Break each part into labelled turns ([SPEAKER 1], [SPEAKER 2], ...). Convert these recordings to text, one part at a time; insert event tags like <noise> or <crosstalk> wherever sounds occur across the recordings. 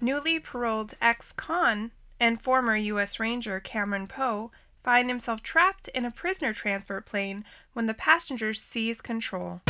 [SPEAKER 1] Newly paroled ex con and former U.S. Ranger Cameron Poe find himself trapped in a prisoner transport plane when the passengers seize control.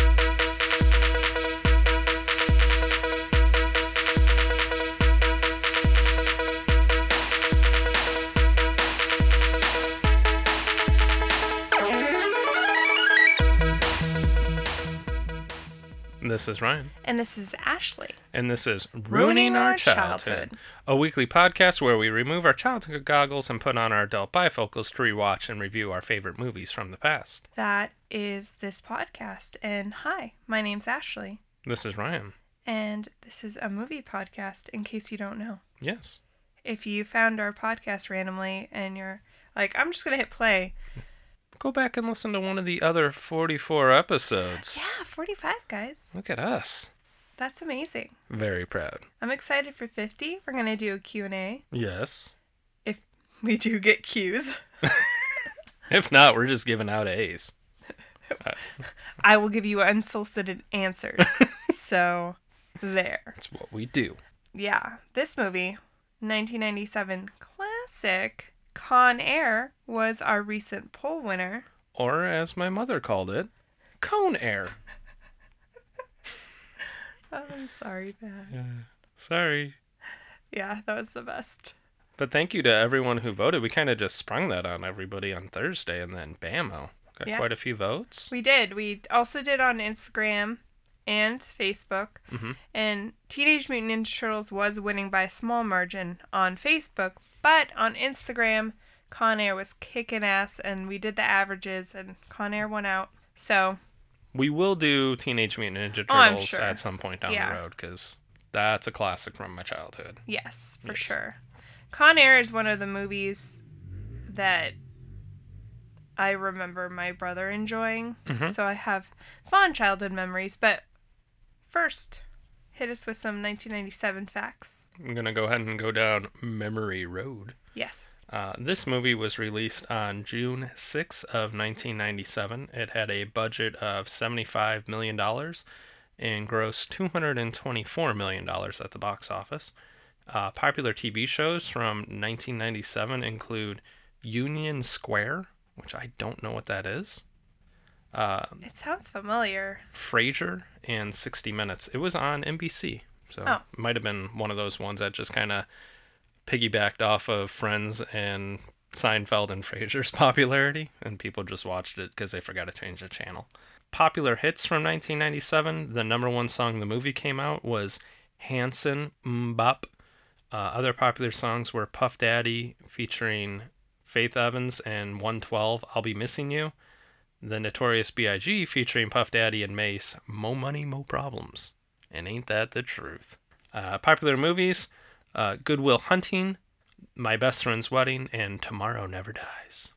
[SPEAKER 2] This is Ryan.
[SPEAKER 1] And this is Ashley.
[SPEAKER 2] And this is Ruining Our Childhood, a weekly podcast where we remove our childhood goggles and put on our adult bifocals to rewatch and review our favorite movies from the past.
[SPEAKER 1] That is this podcast. And hi, my name's Ashley.
[SPEAKER 2] This is Ryan.
[SPEAKER 1] And this is a movie podcast, in case you don't know.
[SPEAKER 2] Yes.
[SPEAKER 1] If you found our podcast randomly and you're like, I'm just going to hit play.
[SPEAKER 2] Go back and listen to one of the other 44 episodes.
[SPEAKER 1] Yeah, 45, guys.
[SPEAKER 2] Look at us.
[SPEAKER 1] That's amazing.
[SPEAKER 2] Very proud.
[SPEAKER 1] I'm excited for 50. We're going to do a Q&A
[SPEAKER 2] Yes.
[SPEAKER 1] if we do get cues.
[SPEAKER 2] If not, we're just giving out A's.
[SPEAKER 1] I will give you unsolicited answers. so, there.
[SPEAKER 2] That's what we do.
[SPEAKER 1] Yeah, this movie, 1997 classic Con Air, was our recent poll winner.
[SPEAKER 2] Or as my mother called it, cone air.
[SPEAKER 1] Oh, I'm sorry, Pat.
[SPEAKER 2] Sorry.
[SPEAKER 1] Yeah, that was the best.
[SPEAKER 2] But thank you to everyone who voted. We kind of just sprung that on everybody on Thursday, and then bammo, got
[SPEAKER 1] Yeah.
[SPEAKER 2] quite a few votes.
[SPEAKER 1] We did. We also did on Instagram and Facebook.
[SPEAKER 2] Mhm.
[SPEAKER 1] And Teenage Mutant Ninja Turtles was winning by a small margin on Facebook, but on Instagram, Con Air was kicking ass, and we did the averages, and Con Air won out. So
[SPEAKER 2] We will do Teenage Mutant Ninja
[SPEAKER 1] Oh, I'm
[SPEAKER 2] Turtles
[SPEAKER 1] sure.
[SPEAKER 2] at some point down
[SPEAKER 1] Yeah.
[SPEAKER 2] the road because that's a classic from my childhood.
[SPEAKER 1] Yes, for
[SPEAKER 2] Yes.
[SPEAKER 1] sure. Con Air is one of the movies that I remember my brother enjoying.
[SPEAKER 2] Mhm.
[SPEAKER 1] So I have fond childhood memories. But first, hit us with some 1997 facts.
[SPEAKER 2] I'm gonna go ahead and go down memory road.
[SPEAKER 1] Yes.
[SPEAKER 2] Uh, this movie was released on June 6 of 1997. It had a budget of 75 million dollars and grossed 224 million dollars at the box office. Uh, popular TV shows from 1997 include Union Square, which I don't know what that is. Uh,
[SPEAKER 1] It sounds familiar.
[SPEAKER 2] Frasier and 60 Minutes. It was on NBC, so
[SPEAKER 1] Oh.
[SPEAKER 2] it might have been one of those ones that just kind of piggybacked off of Friends and Seinfeld and Frasier's <laughs> popularity, and people just watched it because they forgot to change the channel. Popular hits from 1997. The number one song the movie came out was Hanson Mbop. Uh, other popular songs were Puff Daddy featuring Faith Evans and 112 I'll Be Missing You. The Notorious B.I.G. featuring Puff Daddy and Mace, Mo Money, Mo Problems. And ain't that the truth? Uh, popular movies uh, Goodwill Hunting, My Best Friend's Wedding, and Tomorrow Never Dies.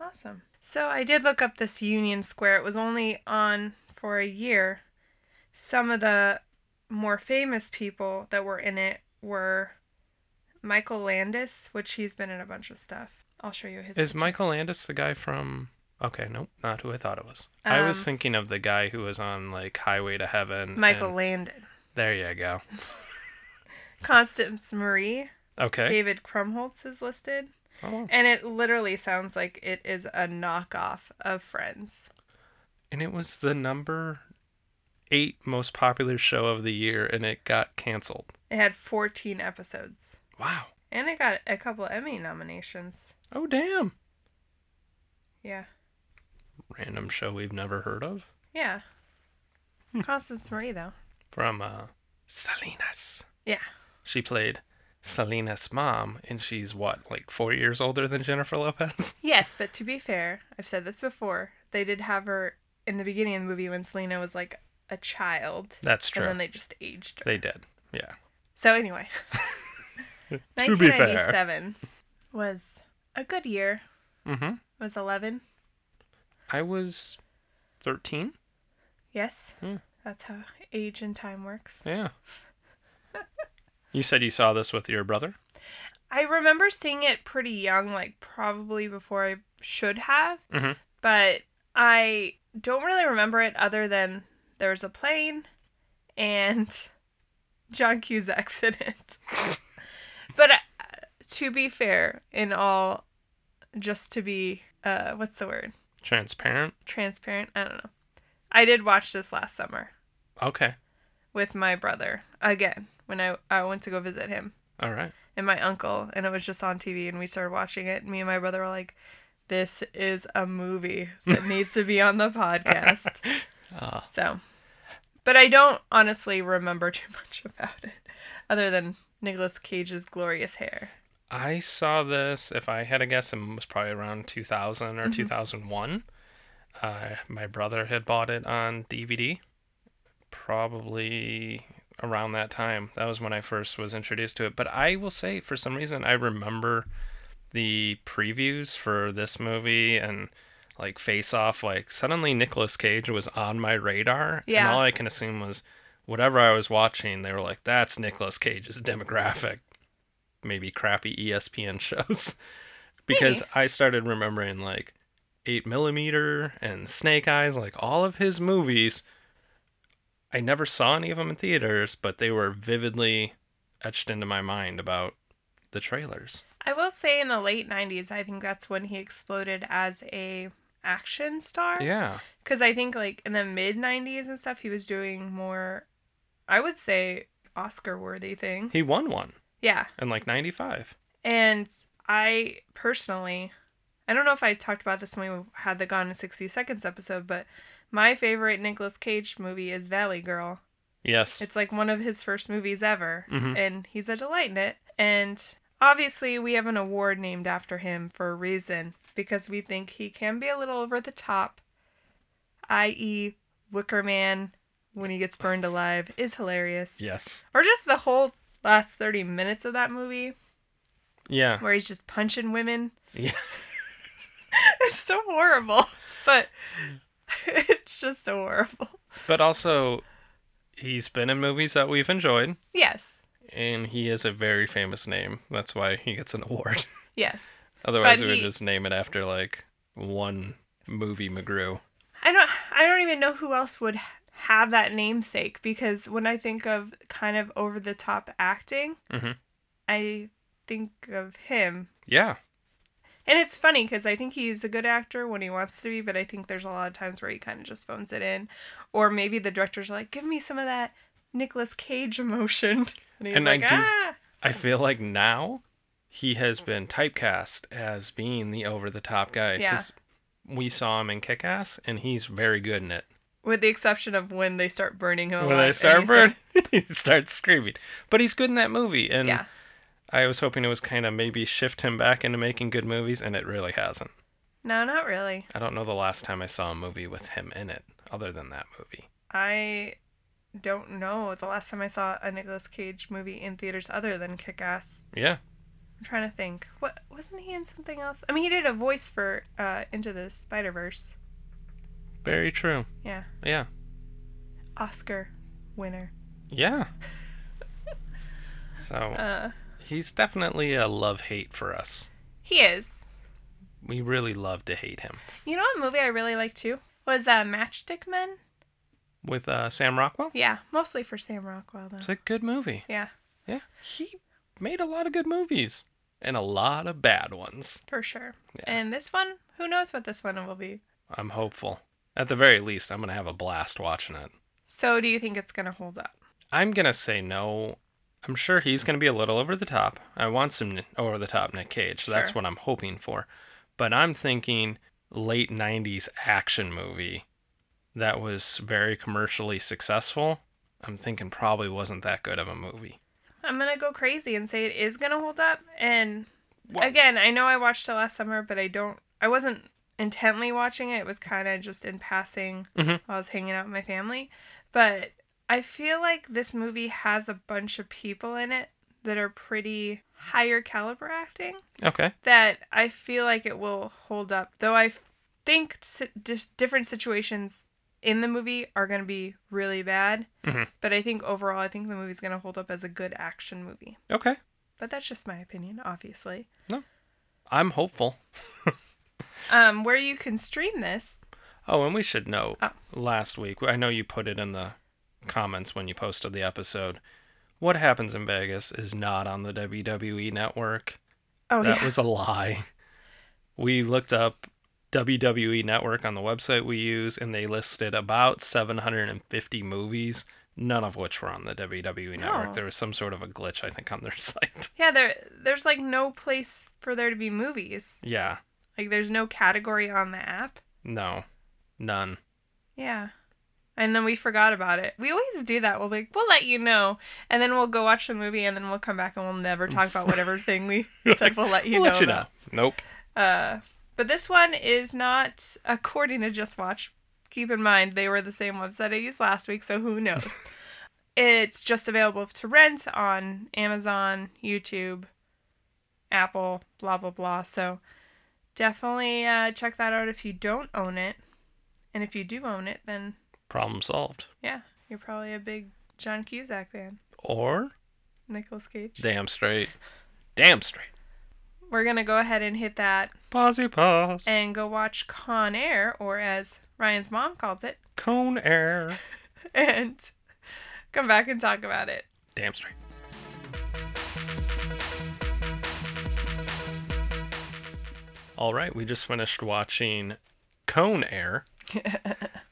[SPEAKER 1] Awesome. So I did look up this Union Square. It was only on for a year. Some of the more famous people that were in it were Michael Landis, which he's been in a bunch of stuff. I'll show you his.
[SPEAKER 2] Is
[SPEAKER 1] picture.
[SPEAKER 2] Michael Landis the guy from. Okay, nope, not who I thought it was. I was
[SPEAKER 1] Um,
[SPEAKER 2] thinking of the guy who was on, like, Highway to Heaven.
[SPEAKER 1] Michael
[SPEAKER 2] and-
[SPEAKER 1] Landon,
[SPEAKER 2] There you go.
[SPEAKER 1] Constance Marie,
[SPEAKER 2] Okay.
[SPEAKER 1] David Krumholtz is listed,
[SPEAKER 2] Oh,
[SPEAKER 1] and it literally sounds like it is a knockoff of Friends.
[SPEAKER 2] and it was the number eight most popular show of the year, and it got canceled.
[SPEAKER 1] It had 14 episodes,
[SPEAKER 2] Wow.
[SPEAKER 1] and it got a couple Emmy nominations.
[SPEAKER 2] Oh, damn.
[SPEAKER 1] Yeah.
[SPEAKER 2] random show we've never heard of
[SPEAKER 1] Yeah.
[SPEAKER 2] Hmm.
[SPEAKER 1] Constance Marie, though.
[SPEAKER 2] from uh, Salinas.
[SPEAKER 1] Yeah.
[SPEAKER 2] She played Salinas' mom, and she's what, like four years older than Jennifer Lopez? <laughs>
[SPEAKER 1] Yes, but to be fair, I've said this before. They did have her in the beginning of the movie when Selena was like a child,
[SPEAKER 2] That's true.
[SPEAKER 1] and then they just aged her.
[SPEAKER 2] they did. Yeah.
[SPEAKER 1] So anyway, <laughs>
[SPEAKER 2] <laughs> To be fair.
[SPEAKER 1] 1997 was a good year.
[SPEAKER 2] Mm-hmm.
[SPEAKER 1] It was 11.
[SPEAKER 2] I was 13.
[SPEAKER 1] Yes,
[SPEAKER 2] Hmm.
[SPEAKER 1] that's how age and time works. <laughs>
[SPEAKER 2] Yeah. you said you saw this with your brother?
[SPEAKER 1] I remember seeing it pretty young, like probably before I should have.
[SPEAKER 2] Mhm.
[SPEAKER 1] But I don't really remember it other than there was a plane and <laughs> John Cusack's <laughs> in it. but uh, to be fair, in all, just to be, uh, what's the word?
[SPEAKER 2] Transparent.
[SPEAKER 1] Transparent? I don't know. I did watch this last summer
[SPEAKER 2] Okay.
[SPEAKER 1] with my brother again when I, I went to go visit him
[SPEAKER 2] All right.
[SPEAKER 1] and my uncle, and it was just on TV, and we started watching it. And me and my brother were like, this is a movie
[SPEAKER 2] <laughs>
[SPEAKER 1] that needs to be on the podcast.
[SPEAKER 2] Ah.
[SPEAKER 1] So, but I don't honestly remember <laughs> too much about it other than Nicolas Cage's glorious hair.
[SPEAKER 2] I saw this, if I had a guess, it was probably around 2000 or 2001. Uh, my brother had bought it on DVD, probably around that time. That was when I first was introduced to it. But I will say, for some reason, I remember the previews for this movie and like Face Off. Like, suddenly Nicolas Cage was on my radar. And
[SPEAKER 1] Yeah.
[SPEAKER 2] all I can assume was whatever I was watching, they were like, that's Nicolas Cage's demographic maybe crappy E ESPN <laughs> shows because I started remembering like 8 Millimeter and Snake Eyes, like all of his movies. I never saw any of them in theaters, but they were vividly etched into my mind about the trailers.
[SPEAKER 1] I will say in the late 90s, I think that's when he exploded as a action star.
[SPEAKER 2] Yeah.
[SPEAKER 1] Because I think like in the mid 90s and stuff, he was doing more, I would say, Oscar worthy things.
[SPEAKER 2] He won one
[SPEAKER 1] Yeah.
[SPEAKER 2] in like 95.
[SPEAKER 1] And I personally, I don't know if I talked about this when we had the Gone in 60 Seconds episode, but my favorite Nicolas Cage movie is Valley Girl.
[SPEAKER 2] Yes.
[SPEAKER 1] It's like one of his first movies ever,
[SPEAKER 2] Mhm.
[SPEAKER 1] and he's a delight in it. And obviously, we have an award named after him for a reason because we think he can be a little over the top, i.e., Wicker Man when he gets burned alive is hilarious.
[SPEAKER 2] yes.
[SPEAKER 1] Or just the whole last 30 minutes of that movie
[SPEAKER 2] Yeah.
[SPEAKER 1] where he's just punching women.
[SPEAKER 2] <laughs>
[SPEAKER 1] <laughs>
[SPEAKER 2] Yeah.
[SPEAKER 1] It's so horrible, but <laughs> it's just so horrible.
[SPEAKER 2] But also, he's been in movies that we've enjoyed,
[SPEAKER 1] Yes,
[SPEAKER 2] and he is a very famous name. That's why he gets an award.
[SPEAKER 1] yes.
[SPEAKER 2] Otherwise,
[SPEAKER 1] But
[SPEAKER 2] we would
[SPEAKER 1] he-
[SPEAKER 2] just name it after like one movie McGrew.
[SPEAKER 1] I don't. I don't even know who else would h- have that namesake because when I think of kind of over the top acting,
[SPEAKER 2] Mhm.
[SPEAKER 1] I think of him.
[SPEAKER 2] Yeah,
[SPEAKER 1] And it's funny because I think he's a good actor when he wants to be, but I think there's a lot of times where he kind of just phones it in, or maybe the director's like, "Give me some of that Nicolas Cage emotion," <laughs> and he's
[SPEAKER 2] And I
[SPEAKER 1] like,
[SPEAKER 2] do-
[SPEAKER 1] "Ah."
[SPEAKER 2] I feel like now he has been typecast as being the over the top guy.
[SPEAKER 1] Yeah.
[SPEAKER 2] 'cause we saw him in Kick Ass, and he's very good in it.
[SPEAKER 1] With the exception of when they start burning him.
[SPEAKER 2] when
[SPEAKER 1] alive
[SPEAKER 2] they start
[SPEAKER 1] Oh, and he said-
[SPEAKER 2] burning, <laughs> he starts screaming. But he's good in that movie, and
[SPEAKER 1] Yeah.
[SPEAKER 2] I was hoping it was kind of maybe shift him back into making good movies, and it really hasn't.
[SPEAKER 1] No, not really.
[SPEAKER 2] I don't know the last time I saw a movie with him in it, other than that movie.
[SPEAKER 1] I don't know the last time I saw a Nicolas Cage movie in theaters other than Kick Ass.
[SPEAKER 2] Yeah,
[SPEAKER 1] I'm trying to think. What wasn't he in something else? I mean he did a voice for uh Into the Spider Verse.
[SPEAKER 2] very true.
[SPEAKER 1] Yeah.
[SPEAKER 2] Yeah,
[SPEAKER 1] Oscar winner.
[SPEAKER 2] yeah. So.
[SPEAKER 1] Uh
[SPEAKER 2] He's definitely a love hate for us.
[SPEAKER 1] he is.
[SPEAKER 2] We really love to hate him.
[SPEAKER 1] You know what movie I really liked too? Was uh Matchstick Men?
[SPEAKER 2] With uh, Sam Rockwell,
[SPEAKER 1] Yeah, mostly for Sam Rockwell though.
[SPEAKER 2] it's a good movie.
[SPEAKER 1] Yeah,
[SPEAKER 2] Yeah. He made a lot of good movies and a lot of bad ones.
[SPEAKER 1] for sure.
[SPEAKER 2] Yeah.
[SPEAKER 1] And this one, who knows what this one will be.
[SPEAKER 2] I'm hopeful. At the very least, I'm going to have a blast watching it.
[SPEAKER 1] So do you think it's gonna hold up?
[SPEAKER 2] I'm going to say no. I'm sure he's going to be a little over the top. I want some over the top Nick Cage. So That's
[SPEAKER 1] Sure.
[SPEAKER 2] what I'm hoping for. But I'm thinking late 90s action movie that was very commercially successful. I'm thinking probably wasn't that good of a movie.
[SPEAKER 1] I'm gonna go crazy and say it is gonna hold up. And
[SPEAKER 2] Well-
[SPEAKER 1] again, I know I watched it last summer, but I don't. I wasn't intently watching it. It was kind of just in passing.
[SPEAKER 2] Mhm.
[SPEAKER 1] while I was hanging out with my family, but I feel like this movie has a bunch of people in it that are pretty higher caliber acting.
[SPEAKER 2] Okay.
[SPEAKER 1] That I feel like it will hold up. Though I f- think si- dis- different situations in the movie are gonna be really bad.
[SPEAKER 2] Mhm.
[SPEAKER 1] But I think overall, I think the movie's gonna hold up as a good action movie.
[SPEAKER 2] Okay.
[SPEAKER 1] But that's just my opinion, obviously.
[SPEAKER 2] I'm hopeful.
[SPEAKER 1] Um, where you can stream this,
[SPEAKER 2] Oh, and we should know
[SPEAKER 1] Oh.
[SPEAKER 2] last week. I know you put it in the comments when you posted the episode. What happens in Vegas is not on the WWE network.
[SPEAKER 1] Oh
[SPEAKER 2] that
[SPEAKER 1] yeah.
[SPEAKER 2] was a lie. We looked up WWE Network on the website we use, and they listed about 750 movies, none of which were on the WWE Network.
[SPEAKER 1] No.
[SPEAKER 2] There was some sort of a glitch, I think, on their <laughs> site.
[SPEAKER 1] yeah, there there's like no place for there to be movies.
[SPEAKER 2] yeah,
[SPEAKER 1] Like there's no category on the app.
[SPEAKER 2] no, none.
[SPEAKER 1] Yeah. And then we forgot about it. We always do that. We'll be like, we'll let you know. And then we'll go watch the movie and then we'll come back and we'll never talk about
[SPEAKER 2] <laughs>
[SPEAKER 1] whatever thing we said we'll let you
[SPEAKER 2] we'll
[SPEAKER 1] know.
[SPEAKER 2] let you
[SPEAKER 1] about.
[SPEAKER 2] know. Nope.
[SPEAKER 1] Uh, but this one is not according to Just Watch. Keep in mind they were the same website I used last week, so who
[SPEAKER 2] <laughs>
[SPEAKER 1] knows? it's just available to rent on Amazon, YouTube, Apple, blah blah blah. So definitely uh, check that out if you don't own it, and if you do own it, then
[SPEAKER 2] Problem solved.
[SPEAKER 1] yeah, you're probably a big John Cusack fan,
[SPEAKER 2] Or
[SPEAKER 1] Nicolas Cage.
[SPEAKER 2] damn straight. Damn straight.
[SPEAKER 1] We're gonna go ahead and hit that
[SPEAKER 2] Posy pause.
[SPEAKER 1] and go watch Con Air, or as Ryan's mom calls it, <laughs>
[SPEAKER 2] Cone air.
[SPEAKER 1] and come back and talk about it.
[SPEAKER 2] Damn straight. All right, we just finished watching Cone Air.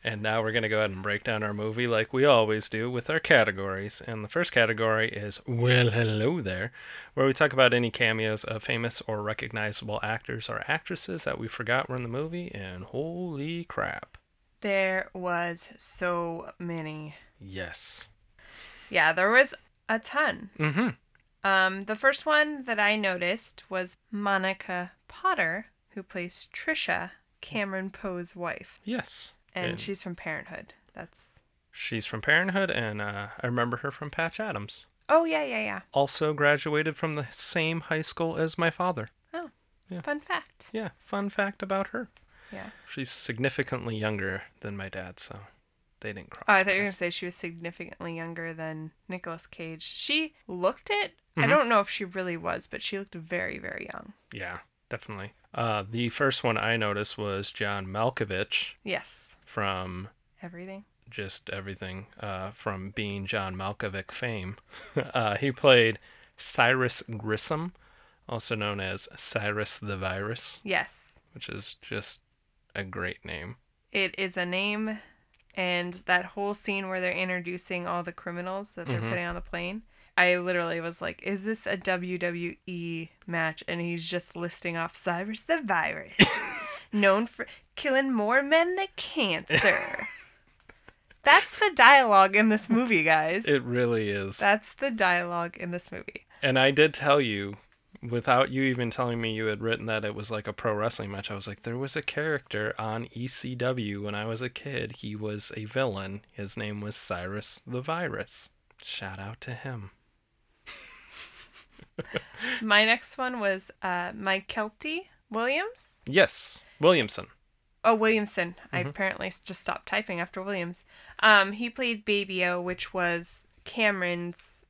[SPEAKER 2] and now we're going to go ahead and break down our movie like we always do with our categories. And the first category is Well, Hello There, where we talk about any cameos of famous or recognizable actors or actresses that we forgot were in the movie. And holy crap.
[SPEAKER 1] There was so many.
[SPEAKER 2] Yes.
[SPEAKER 1] Yeah, there was a ton.
[SPEAKER 2] Mm hmm.
[SPEAKER 1] Um, the first one that I noticed was Monica Potter, who plays Trisha, Cameron Poe's wife,
[SPEAKER 2] Yes.
[SPEAKER 1] and she's from Parenthood. That's
[SPEAKER 2] she's from Parenthood, and uh, I remember her from Patch Adams.
[SPEAKER 1] oh yeah yeah yeah.
[SPEAKER 2] also graduated from the same high school as my father.
[SPEAKER 1] Oh,
[SPEAKER 2] Yeah.
[SPEAKER 1] fun fact.
[SPEAKER 2] Yeah, fun fact about her.
[SPEAKER 1] Yeah.
[SPEAKER 2] She's significantly younger than my dad, so they didn't cross.
[SPEAKER 1] Oh, I thought you were gonna
[SPEAKER 2] paths.
[SPEAKER 1] say she was significantly younger than Nicolas Cage. She looked it. I
[SPEAKER 2] Mhm.
[SPEAKER 1] don't know if she really was, but she looked very very young.
[SPEAKER 2] Yeah, definitely. Uh, the first one I noticed was John Malkovich
[SPEAKER 1] Yes,
[SPEAKER 2] from
[SPEAKER 1] everything.
[SPEAKER 2] just everything uh, from being John Malkovich fame. <laughs> uh, he played Cyrus Grissom, also known as Cyrus the Virus,
[SPEAKER 1] Yes.
[SPEAKER 2] which is just a great name.
[SPEAKER 1] it is a name and that whole scene where they're introducing all the criminals that they're
[SPEAKER 2] Mhm.
[SPEAKER 1] putting on the plane i literally was like is this a wwe match and he's just listing off cyrus the virus known for killing more men than cancer that's the dialogue in this movie guys
[SPEAKER 2] It really is.
[SPEAKER 1] that's the dialogue in this movie
[SPEAKER 2] And I did tell you, without you even telling me you had written that it was like a pro wrestling match, I was like, there was a character on ECW when I was a kid. He was a villain. His name was Cyrus the Virus. Shout out to him.
[SPEAKER 1] my next one was uh, mike kelty williams
[SPEAKER 2] Yes, Williamson.
[SPEAKER 1] Oh, Williamson. I apparently s- just stopped typing after Williams. Um, he played Baby O, which was Cameron's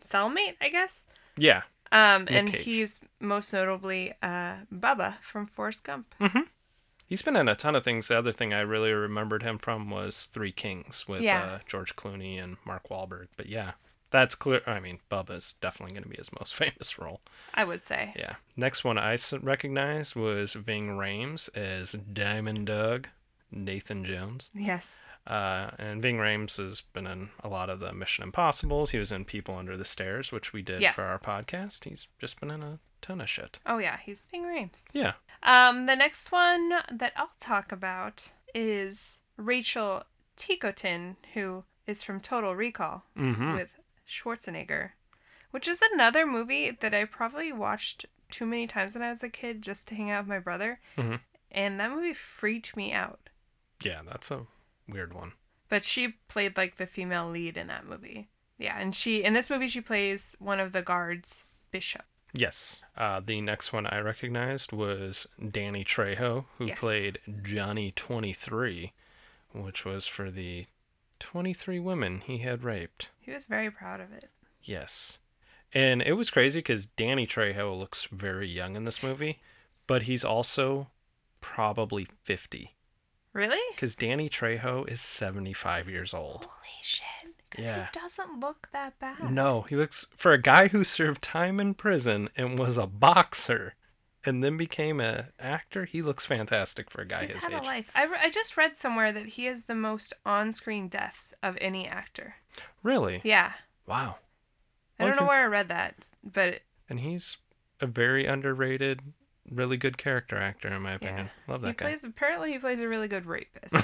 [SPEAKER 1] cellmate, I guess.
[SPEAKER 2] Yeah.
[SPEAKER 1] Um,
[SPEAKER 2] Nick
[SPEAKER 1] and
[SPEAKER 2] Cage.
[SPEAKER 1] he's most notably uh, Bubba from Forrest Gump.
[SPEAKER 2] He's been in a ton of things. The other thing I really remembered him from was Three Kings with
[SPEAKER 1] Yeah.
[SPEAKER 2] uh, George Clooney and Mark Wahlberg. But yeah, that's clear. I mean, Bubba's definitely going to be his most <laughs> famous role.
[SPEAKER 1] I would say.
[SPEAKER 2] Yeah. Next one I s- recognized was Ving Rhames as Diamond Doug, Nathan Jones.
[SPEAKER 1] Yes.
[SPEAKER 2] Uh, and Ving Rhames has been in a lot of the Mission Impossibles. He was in People Under the Stairs, which we did
[SPEAKER 1] Yes.
[SPEAKER 2] for our podcast. He's just been in a ton of shit.
[SPEAKER 1] Oh yeah, he's Ving Rhames.
[SPEAKER 2] Yeah.
[SPEAKER 1] Um, the next one that I'll talk about is Rachel Ticotin, who is from Total Recall.
[SPEAKER 2] Mm-hmm.
[SPEAKER 1] with Schwarzenegger, which is another movie that I probably watched too many times when I was a kid just to hang out with my brother.
[SPEAKER 2] Mhm.
[SPEAKER 1] And that movie freaked me out.
[SPEAKER 2] Yeah, that's a weird one.
[SPEAKER 1] But she played like the female lead in that movie. Yeah, and she in this movie she plays one of the guards, Bishop.
[SPEAKER 2] Yes. Uh, the next one I recognized was Danny Trejo, who
[SPEAKER 1] Yes.
[SPEAKER 2] played Johnny 23, which was for the 23 women he had raped.
[SPEAKER 1] He was very proud of it.
[SPEAKER 2] Yes. And it was crazy because Danny Trejo looks very young in this movie, but he's also probably 50
[SPEAKER 1] Really?
[SPEAKER 2] because Danny Trejo is 75 years old.
[SPEAKER 1] Holy shit. Because
[SPEAKER 2] Yeah.
[SPEAKER 1] he doesn't look that bad.
[SPEAKER 2] No, he looks for a guy who served time in prison and was a boxer and then became a actor. He looks fantastic for a guy
[SPEAKER 1] He's
[SPEAKER 2] his
[SPEAKER 1] had
[SPEAKER 2] age.
[SPEAKER 1] a life. I, re- I just read somewhere that he is the most on screen deaths of any actor.
[SPEAKER 2] Really?
[SPEAKER 1] Yeah.
[SPEAKER 2] Wow.
[SPEAKER 1] I don't
[SPEAKER 2] Well, if you-
[SPEAKER 1] know where I read that, but
[SPEAKER 2] And he's a very underrated, really good character actor in my opinion. Love
[SPEAKER 1] he
[SPEAKER 2] that guy.
[SPEAKER 1] plays, apparently, he plays a really good
[SPEAKER 2] <laughs>
[SPEAKER 1] rapist.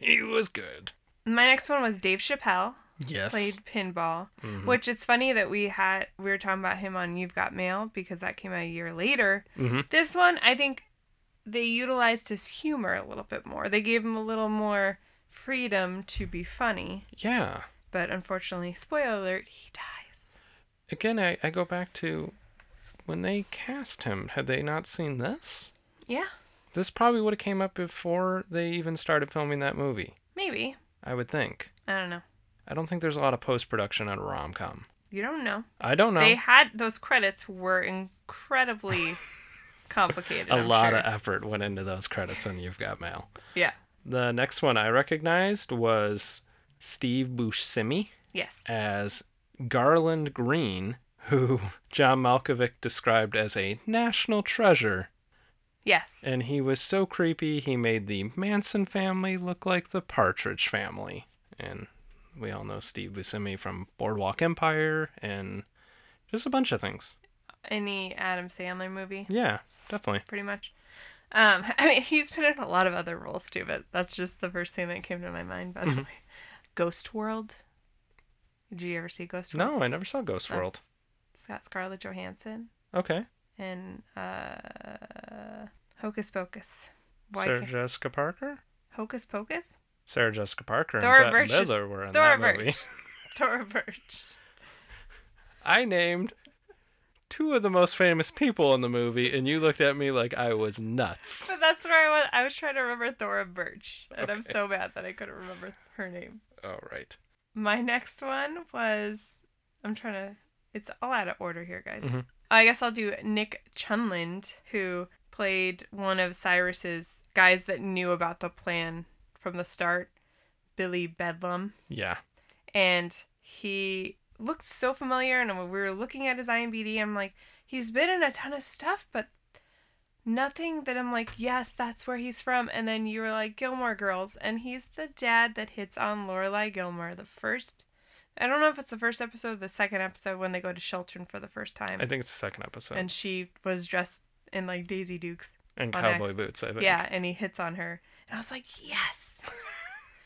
[SPEAKER 2] He was good.
[SPEAKER 1] My next one was Dave Chappelle,
[SPEAKER 2] Yes.
[SPEAKER 1] played pinball,
[SPEAKER 2] Mhm.
[SPEAKER 1] which it's funny that we had, we were talking about him on You've Got Mail because that came out a year later.
[SPEAKER 2] Mhm.
[SPEAKER 1] This one, I think they utilized his humor a little bit more. They gave him a little more freedom to be funny,
[SPEAKER 2] Yeah.
[SPEAKER 1] but unfortunately, spoiler alert, he dies.
[SPEAKER 2] Again, I, I go back to when they cast him. Had they not seen this?
[SPEAKER 1] Yeah,
[SPEAKER 2] This probably would have came up before they even started filming that movie.
[SPEAKER 1] maybe.
[SPEAKER 2] I would think.
[SPEAKER 1] I don't know.
[SPEAKER 2] I don't think there's a lot of post production on a rom com.
[SPEAKER 1] You don't know.
[SPEAKER 2] I don't know.
[SPEAKER 1] They had those credits were
[SPEAKER 2] <laughs>
[SPEAKER 1] incredibly complicated.
[SPEAKER 2] a
[SPEAKER 1] I'm
[SPEAKER 2] lot
[SPEAKER 1] sure.
[SPEAKER 2] of effort went into those credits, and you've got mail.
[SPEAKER 1] yeah.
[SPEAKER 2] The next one I recognized was Steve Buscemi
[SPEAKER 1] Yes.
[SPEAKER 2] as Garland Green, who <laughs> John Malkovich described as a national treasure.
[SPEAKER 1] yes.
[SPEAKER 2] And he was so creepy, he made the Manson family look like the Partridge family. And we all know Steve Buscemi from Boardwalk Empire and just a bunch of things.
[SPEAKER 1] Any Adam Sandler movie,
[SPEAKER 2] Yeah, definitely.
[SPEAKER 1] pretty much. Um, <laughs> I mean, he's been in a lot of other roles too, but that's just the first thing that came to my mind. By the
[SPEAKER 2] Mm-hmm.
[SPEAKER 1] way, Ghost World. Did you ever see Ghost World?
[SPEAKER 2] No, I never saw Ghost
[SPEAKER 1] Oh.
[SPEAKER 2] World.
[SPEAKER 1] It's got Scarlett Johansson
[SPEAKER 2] Okay.
[SPEAKER 1] and uh, Hocus Pocus. Why?
[SPEAKER 2] Sarah
[SPEAKER 1] can't-
[SPEAKER 2] Jessica Parker?
[SPEAKER 1] Hocus Pocus. <laughs>
[SPEAKER 2] Sarah Jessica Parker
[SPEAKER 1] Thora
[SPEAKER 2] and
[SPEAKER 1] Birch
[SPEAKER 2] Bette
[SPEAKER 1] is-
[SPEAKER 2] Midler were in
[SPEAKER 1] Thora
[SPEAKER 2] that movie.
[SPEAKER 1] Birch. Dora Birch.
[SPEAKER 2] <laughs> I named two of the most famous people in the movie, and you looked at me like I was
[SPEAKER 1] <laughs>
[SPEAKER 2] nuts.
[SPEAKER 1] So that's where I was. I was trying to remember Thora Birch, and I'm
[SPEAKER 2] Okay.
[SPEAKER 1] so bad that I couldn't remember her name.
[SPEAKER 2] All right.
[SPEAKER 1] My next one was. I'm trying to. It's all out of order here, guys.
[SPEAKER 2] Mhm.
[SPEAKER 1] I guess I'll do Nick Chunland, who played one of Cyrus's guys that knew about the plan from the start, Billy Bedlam,
[SPEAKER 2] Yeah.
[SPEAKER 1] and he looked so familiar. And when we were looking at his IMDb, I'm like, he's been in a ton of stuff, but nothing that I'm like, yes, that's where he's from. And then you were like, Gilmore Girls, and he's the dad that hits on Lorelai Gilmore the first. I don't know if it's the first episode or the second episode when they go to Shelton for the first time,
[SPEAKER 2] I think it's the second episode.
[SPEAKER 1] and she was dressed in like Daisy Dukes.
[SPEAKER 2] And
[SPEAKER 1] on X.
[SPEAKER 2] cowboy boots, I think.
[SPEAKER 1] Yeah, and he hits on her, and I was like,
[SPEAKER 2] <laughs>
[SPEAKER 1] yes.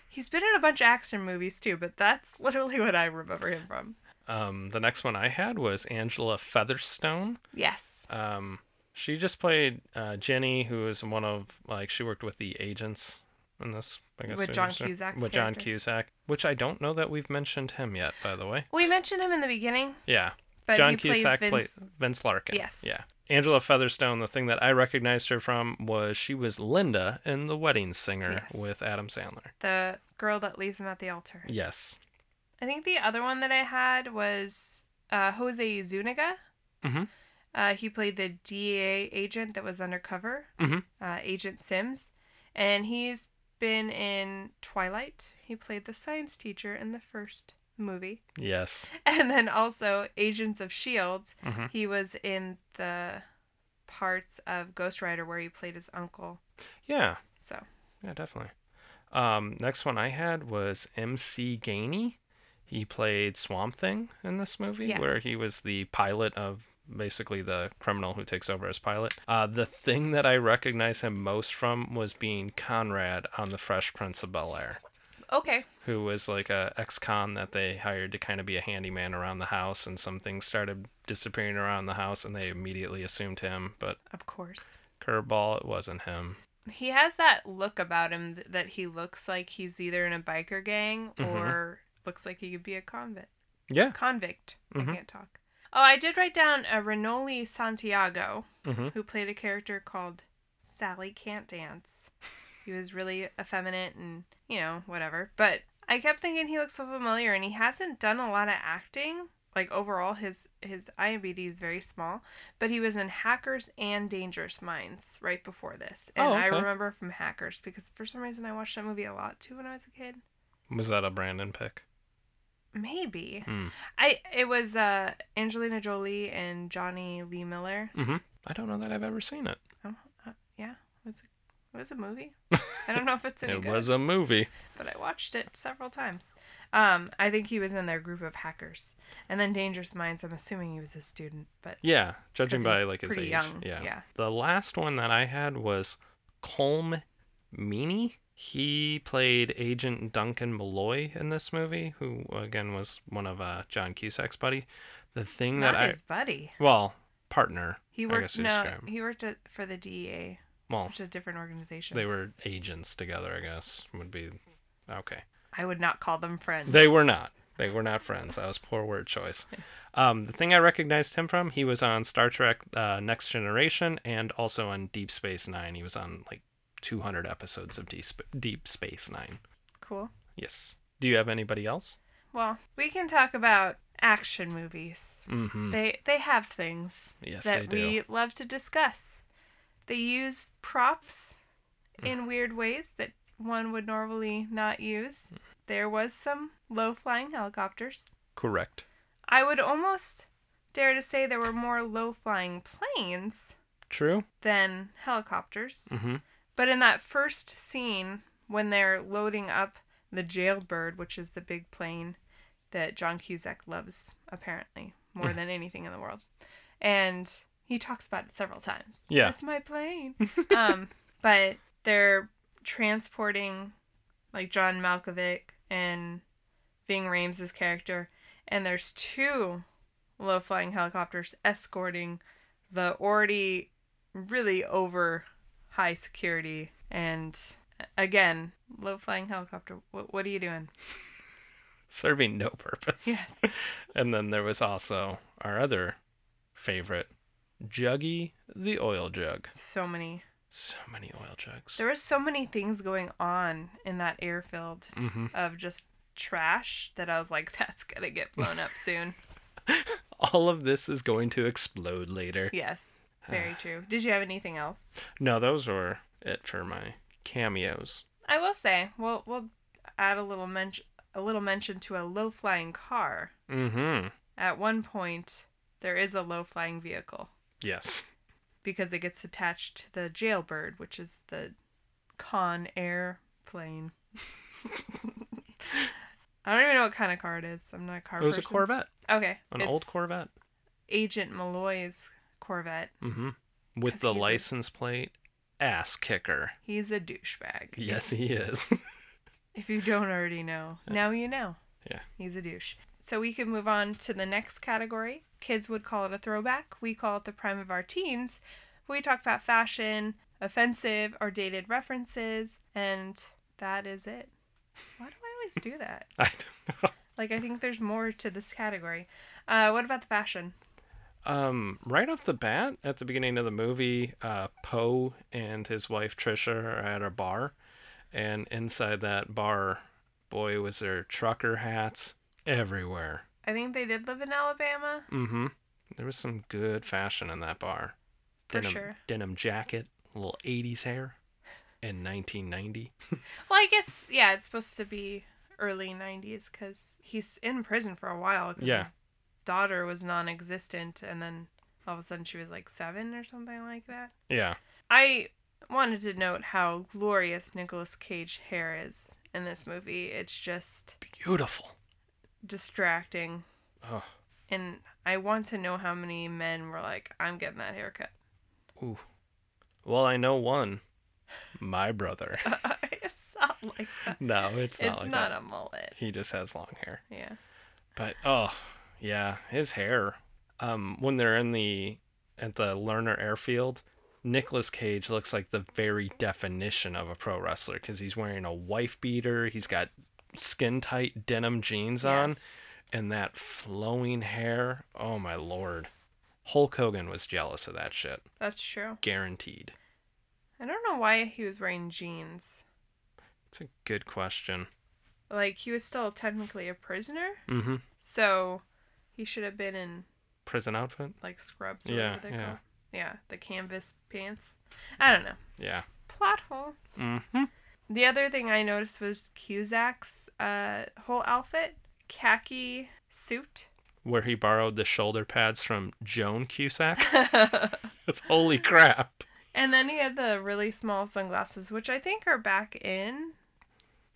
[SPEAKER 1] He's been in a bunch of action movies too, but that's literally what I remember him from.
[SPEAKER 2] Um, the next one I had was Angela Featherstone.
[SPEAKER 1] Yes.
[SPEAKER 2] Um, she just played uh, Jenny, who is one of like she worked with the agents in this. I guess
[SPEAKER 1] With
[SPEAKER 2] we
[SPEAKER 1] John
[SPEAKER 2] mentioned-
[SPEAKER 1] Cusack's
[SPEAKER 2] With John
[SPEAKER 1] character.
[SPEAKER 2] Cusack, which I don't know that we've mentioned him yet, by the way.
[SPEAKER 1] We mentioned him in the beginning,
[SPEAKER 2] Yeah,
[SPEAKER 1] but
[SPEAKER 2] John
[SPEAKER 1] he
[SPEAKER 2] Cusack
[SPEAKER 1] plays
[SPEAKER 2] played
[SPEAKER 1] Vince.
[SPEAKER 2] Vince Larkin.
[SPEAKER 1] Yes.
[SPEAKER 2] Yeah. Angela Featherstone. The thing that I recognized her from was she was Linda in The Wedding Singer
[SPEAKER 1] Yes.
[SPEAKER 2] with Adam Sandler.
[SPEAKER 1] the girl that leaves him at the altar.
[SPEAKER 2] Yes.
[SPEAKER 1] I think the other one that I had was uh, Jose Zuniga.
[SPEAKER 2] Mm-hmm.
[SPEAKER 1] Uh, he played the DEA agent that was undercover,
[SPEAKER 2] Mhm.
[SPEAKER 1] uh, Agent Sims, and he's been in Twilight. He played the science teacher in the first movie, <laughs>
[SPEAKER 2] Yes.
[SPEAKER 1] and then also Agents of Shield.
[SPEAKER 2] Mhm.
[SPEAKER 1] E He was in the parts of Ghost Rider where he played his uncle.
[SPEAKER 2] Yeah.
[SPEAKER 1] So
[SPEAKER 2] Yeah, definitely. Um, next one I had was MC Gainey. He played Swamp Thing in this movie,
[SPEAKER 1] Yeah.
[SPEAKER 2] where he was the pilot of basically the criminal who takes over as pilot. Uh, the thing that I recognize him most from was being Conrad on The Fresh Prince of Bel Air,
[SPEAKER 1] okay,
[SPEAKER 2] who was like a ex-con that they hired to kind of be a handyman around the house, and some things started disappearing around the house, and they immediately assumed him. But
[SPEAKER 1] of course.
[SPEAKER 2] curveball, it wasn't him.
[SPEAKER 1] he has that look about him th- that he looks like he's either in a biker gang
[SPEAKER 2] Mhm.
[SPEAKER 1] or looks like he could be a convict.
[SPEAKER 2] Yeah.
[SPEAKER 1] Convict. I
[SPEAKER 2] Mhm.
[SPEAKER 1] can't talk. Oh, I did write down a Renoli Santiago
[SPEAKER 2] Mm-hmm.
[SPEAKER 1] who played a character called Sally Can't Dance. He was really effeminate and, you know, whatever. But I kept thinking he looks so familiar and he hasn't done a lot of acting. Like overall his his IMDb is very small, but he was in Hackers and Dangerous Minds right before this. And
[SPEAKER 2] Oh,
[SPEAKER 1] I
[SPEAKER 2] okay.
[SPEAKER 1] remember from Hackers because for some reason I watched that movie a lot too when I was a kid.
[SPEAKER 2] Was that a Brandon pick?
[SPEAKER 1] Maybe.
[SPEAKER 2] Hmm.
[SPEAKER 1] I it was uh Angelina Jolie and Johnny Lee Miller.
[SPEAKER 2] I don't know that I've ever seen it.
[SPEAKER 1] Oh, uh, yeah, it was a, it was a
[SPEAKER 2] <laughs>
[SPEAKER 1] movie. I don't know if it's any
[SPEAKER 2] it
[SPEAKER 1] good,
[SPEAKER 2] was a movie.
[SPEAKER 1] but I watched it several times. Um, I think he was in their group of hackers, and then Dangerous Minds. I'm assuming he was a student, but
[SPEAKER 2] Yeah, judging
[SPEAKER 1] 'Cause
[SPEAKER 2] by
[SPEAKER 1] he's
[SPEAKER 2] like his
[SPEAKER 1] pretty
[SPEAKER 2] age.
[SPEAKER 1] young,
[SPEAKER 2] Yeah.
[SPEAKER 1] yeah.
[SPEAKER 2] The last one that I had was Colm Meaney. He played Agent Duncan Malloy in this movie, who again was one of uh, John Cusack's buddy. The thing
[SPEAKER 1] not
[SPEAKER 2] that
[SPEAKER 1] his buddy.
[SPEAKER 2] I well partner.
[SPEAKER 1] He
[SPEAKER 2] I guess
[SPEAKER 1] worked
[SPEAKER 2] you
[SPEAKER 1] no,
[SPEAKER 2] describe him.
[SPEAKER 1] he worked at, for the DEA,
[SPEAKER 2] Well,
[SPEAKER 1] which is a different organization.
[SPEAKER 2] they were agents together. I guess would be okay.
[SPEAKER 1] I would not call them friends.
[SPEAKER 2] They were not. They were not friends. That was poor word choice. Um, the thing I recognized him from, he was on Star Trek: uh, Next Generation and also on Deep Space Nine. He was on like 200 episodes of Deep, Sp- Deep Space Nine.
[SPEAKER 1] cool.
[SPEAKER 2] Yes. Do you have anybody else?
[SPEAKER 1] Well, we can talk about action movies.
[SPEAKER 2] Mm-hmm.
[SPEAKER 1] They they have things
[SPEAKER 2] Yes, they
[SPEAKER 1] that
[SPEAKER 2] do.
[SPEAKER 1] we love to discuss. They use props
[SPEAKER 2] Mm.
[SPEAKER 1] in weird ways that one would normally not use.
[SPEAKER 2] Mm.
[SPEAKER 1] There was some low flying helicopters.
[SPEAKER 2] Correct.
[SPEAKER 1] I would almost dare to say there were more low flying planes
[SPEAKER 2] True.
[SPEAKER 1] than helicopters.
[SPEAKER 2] Mm-hmm.
[SPEAKER 1] But in that first scene, when they're loading up the jailbird, which is the big plane that John Cusack loves, apparently, more than anything in the world, and he talks about it several times.
[SPEAKER 2] Yeah.
[SPEAKER 1] That's my plane. um, but they're transporting, like, John Malkovich and Ving Rhames' character, and there's two low flying helicopters escorting the already really over high security and again low flying helicopter what, what are you doing <laughs>
[SPEAKER 2] Serving no purpose.
[SPEAKER 1] yes
[SPEAKER 2] And then there was also our other favorite, Juggy the oil jug.
[SPEAKER 1] so many
[SPEAKER 2] So many oil jugs.
[SPEAKER 1] there was so many things going on in that airfield
[SPEAKER 2] mm-hmm.
[SPEAKER 1] of just trash that i was like <laughs> that's gonna get blown up soon
[SPEAKER 2] All of this is going to explode later.
[SPEAKER 1] yes very true did you have anything else
[SPEAKER 2] No, those were it for my cameos.
[SPEAKER 1] i will say we'll we'll add a little mention a little mention to a low flying car
[SPEAKER 2] Mm-hmm.
[SPEAKER 1] at one point there is a low flying vehicle
[SPEAKER 2] Yes.
[SPEAKER 1] because it gets attached to the jailbird, which is the con airplane. <laughs> I don't even know what kind of car it is. I'm not a car
[SPEAKER 2] Oh, it was a
[SPEAKER 1] person.
[SPEAKER 2] Corvette.
[SPEAKER 1] Okay.
[SPEAKER 2] An old
[SPEAKER 1] it's
[SPEAKER 2] Corvette.
[SPEAKER 1] Agent Malloy's Corvette.
[SPEAKER 2] Mm-hmm.
[SPEAKER 1] 'Cause
[SPEAKER 2] With the
[SPEAKER 1] he's a-
[SPEAKER 2] license plate ass kicker.
[SPEAKER 1] He's a douchebag.
[SPEAKER 2] Yes, he is. <laughs>
[SPEAKER 1] If you don't already know, now you know.
[SPEAKER 2] Yeah.
[SPEAKER 1] He's a douche. So we can move on to the next category. Kids would call it a throwback. We call it the prime of our teens. We talk about fashion, offensive or dated references, and that is it. Why do I always do that?
[SPEAKER 2] I <laughs> don't know.
[SPEAKER 1] Like, I think there's more to this category. Uh, what about the fashion?
[SPEAKER 2] Um, right off the bat, at the beginning of the movie, uh, Poe and his wife Trisha are at a bar, and inside that bar, boy, was there trucker hats everywhere.
[SPEAKER 1] I think they did live in Alabama.
[SPEAKER 2] Mm-hmm. There was some good fashion in that bar.
[SPEAKER 1] For
[SPEAKER 2] denim,
[SPEAKER 1] sure.
[SPEAKER 2] Denim jacket, little '80s hair, and 1990.
[SPEAKER 1] Well, I guess, yeah, it's supposed to be early 90s because he's in prison for a while because
[SPEAKER 2] Yeah.
[SPEAKER 1] his daughter was non existent and then all of a sudden she was like seven or something like that.
[SPEAKER 2] Yeah.
[SPEAKER 1] I wanted to note how glorious Nicolas Cage hair is in this movie. It's just
[SPEAKER 2] Beautiful.
[SPEAKER 1] distracting.
[SPEAKER 2] Oh,
[SPEAKER 1] And I want to know how many men were like, I'm getting that haircut. <laughs>
[SPEAKER 2] ooh. Well, I know one. My brother. <laughs>
[SPEAKER 1] it's not like that.
[SPEAKER 2] no, it's
[SPEAKER 1] It's,
[SPEAKER 2] not
[SPEAKER 1] not,
[SPEAKER 2] like that.
[SPEAKER 1] a mullet.
[SPEAKER 2] He just has long hair.
[SPEAKER 1] Yeah.
[SPEAKER 2] But oh, yeah, his hair. Um, when they're in the at the Lerner Airfield, Nicolas Cage looks like the very definition of a pro wrestler because he's wearing a wife beater. He's got skin tight denim jeans on,
[SPEAKER 1] Yes.
[SPEAKER 2] and that flowing hair. Oh my lord, Hulk Hogan was jealous of that shit,
[SPEAKER 1] That's true.
[SPEAKER 2] guaranteed.
[SPEAKER 1] I don't know why he was wearing jeans.
[SPEAKER 2] It's a good question.
[SPEAKER 1] Like he was still technically a prisoner,
[SPEAKER 2] Mm-hmm.
[SPEAKER 1] so he should have been in
[SPEAKER 2] Prison outfit.
[SPEAKER 1] like scrubs or
[SPEAKER 2] Yeah,
[SPEAKER 1] whatever they're
[SPEAKER 2] yeah.
[SPEAKER 1] called. Yeah, the canvas pants. I don't know.
[SPEAKER 2] Yeah.
[SPEAKER 1] Plot hole.
[SPEAKER 2] Mm-hmm.
[SPEAKER 1] The other thing I noticed was Cusack's uh, whole outfit khaki suit. <laughs>
[SPEAKER 2] where he borrowed the shoulder pads from Joan Cusack. <laughs> That's holy crap.
[SPEAKER 1] And then he had the really small sunglasses, which I think are back in.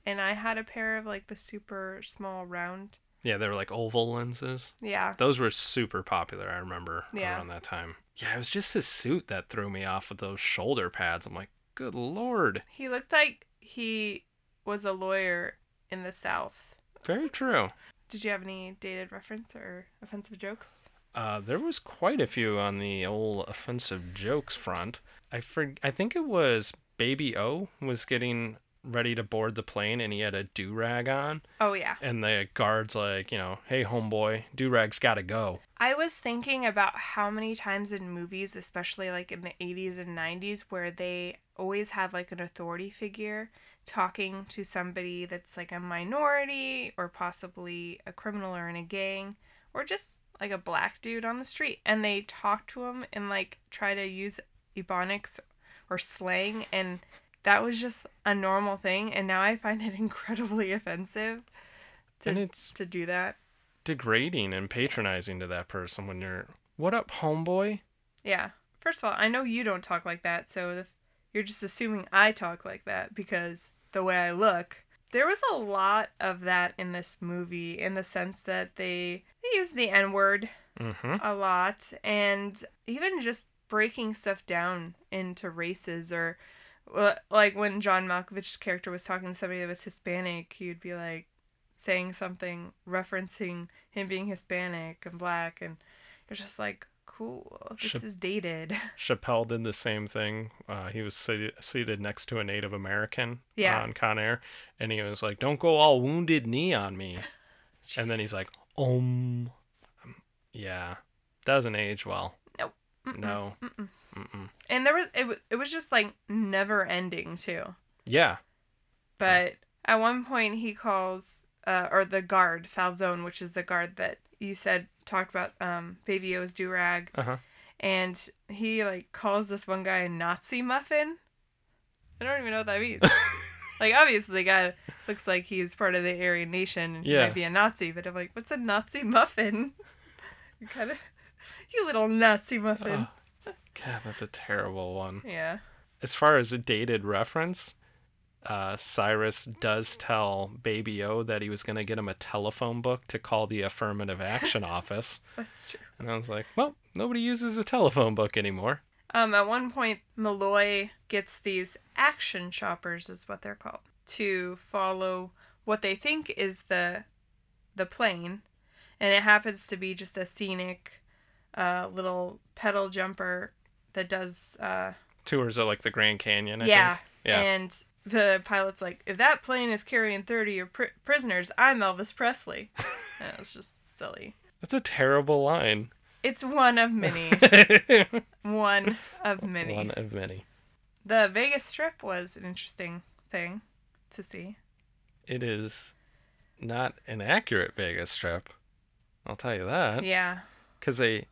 [SPEAKER 1] And I had a pair of like the super small round.
[SPEAKER 2] Yeah, they were like oval lenses.
[SPEAKER 1] Yeah.
[SPEAKER 2] Those were super popular, I remember
[SPEAKER 1] Yeah.
[SPEAKER 2] around that time. Yeah, it was just his suit that threw me off with those shoulder pads. I'm like, good lord.
[SPEAKER 1] He looked like he was a lawyer in the South.
[SPEAKER 2] Very true.
[SPEAKER 1] Did you have any dated reference or offensive jokes?
[SPEAKER 2] Uh, there was quite a few on the old offensive jokes front. I for, I think it was Baby O was getting ready to board the plane and he had a do rag on
[SPEAKER 1] Oh, yeah.
[SPEAKER 2] and the guards like you know hey homeboy do rag's gotta go
[SPEAKER 1] I was thinking about how many times in movies, especially like in the 80s and 90s, where they always have like an authority figure talking to somebody that's like a minority or possibly a criminal or in a gang or just like a black dude on the street. And they talk to him and like try to use ebonics or slang. And that was just a normal thing. And now I find it <laughs> incredibly offensive to,
[SPEAKER 2] and it's
[SPEAKER 1] to do that.
[SPEAKER 2] degrading and patronizing to that person when you're what up homeboy
[SPEAKER 1] Yeah. First of all, I know you don't talk like that, so the, you're just assuming I talk like that because the way I look. There was a lot of that in this movie in the sense that they they use the N word
[SPEAKER 2] mm-hmm
[SPEAKER 1] a lot and even just breaking stuff down into races or uh, like when John Malkovich's character was talking to somebody that was Hispanic, he would be like saying something referencing him being Hispanic and black and you're just like cool this
[SPEAKER 2] Shep-
[SPEAKER 1] is dated
[SPEAKER 2] chappelle did the same thing uh, he was seated, seated next to a native american
[SPEAKER 1] Yeah.
[SPEAKER 2] on con air and he was like don't go all wounded knee on me and then he's like um um, yeah doesn't age well
[SPEAKER 1] Mm-mm.
[SPEAKER 2] no
[SPEAKER 1] Mm-mm.
[SPEAKER 2] Mm-mm.
[SPEAKER 1] and there was it, wa- it was just like never ending too
[SPEAKER 2] yeah
[SPEAKER 1] but at one point he calls uh, or the guard falzone which is the guard that you said talked about um baby o's do rag
[SPEAKER 2] uh-huh
[SPEAKER 1] and he like calls this one guy a Nazi muffin. I don't even know what that
[SPEAKER 2] <laughs>
[SPEAKER 1] means. like obviously the guy looks like he's part of the Aryan nation and he
[SPEAKER 2] Yeah.
[SPEAKER 1] might be a Nazi, but I'm like, what's a Nazi muffin? <laughs> you kind of <laughs> you little Nazi muffin.
[SPEAKER 2] Ugh. god that's a terrible one
[SPEAKER 1] Yeah.
[SPEAKER 2] as far as a dated reference, uh, Cyrus does tell Baby O that he was going to get him a telephone book to call the affirmative action office.
[SPEAKER 1] That's true.
[SPEAKER 2] And I was like, well, nobody uses a telephone book anymore.
[SPEAKER 1] Um at one point Malloy gets these action shoppers is what they're called to follow what they think is the the plane and it happens to be just a scenic uh, little pedal jumper that does uh,
[SPEAKER 2] Tours of like the Grand Canyon, I
[SPEAKER 1] yeah.
[SPEAKER 2] think. Yeah.
[SPEAKER 1] and the pilot's like if that plane is carrying 30 or pr- prisoners i'm elvis
[SPEAKER 2] <laughs>
[SPEAKER 1] presley and it's just silly
[SPEAKER 2] That's a terrible line.
[SPEAKER 1] it's one of <laughs>
[SPEAKER 2] <laughs>
[SPEAKER 1] many
[SPEAKER 2] One
[SPEAKER 1] one of many
[SPEAKER 2] of many.
[SPEAKER 1] the vegas strip was an interesting thing to see
[SPEAKER 2] It is not an accurate Vegas strip. I'll tell you that.
[SPEAKER 1] yeah
[SPEAKER 2] because they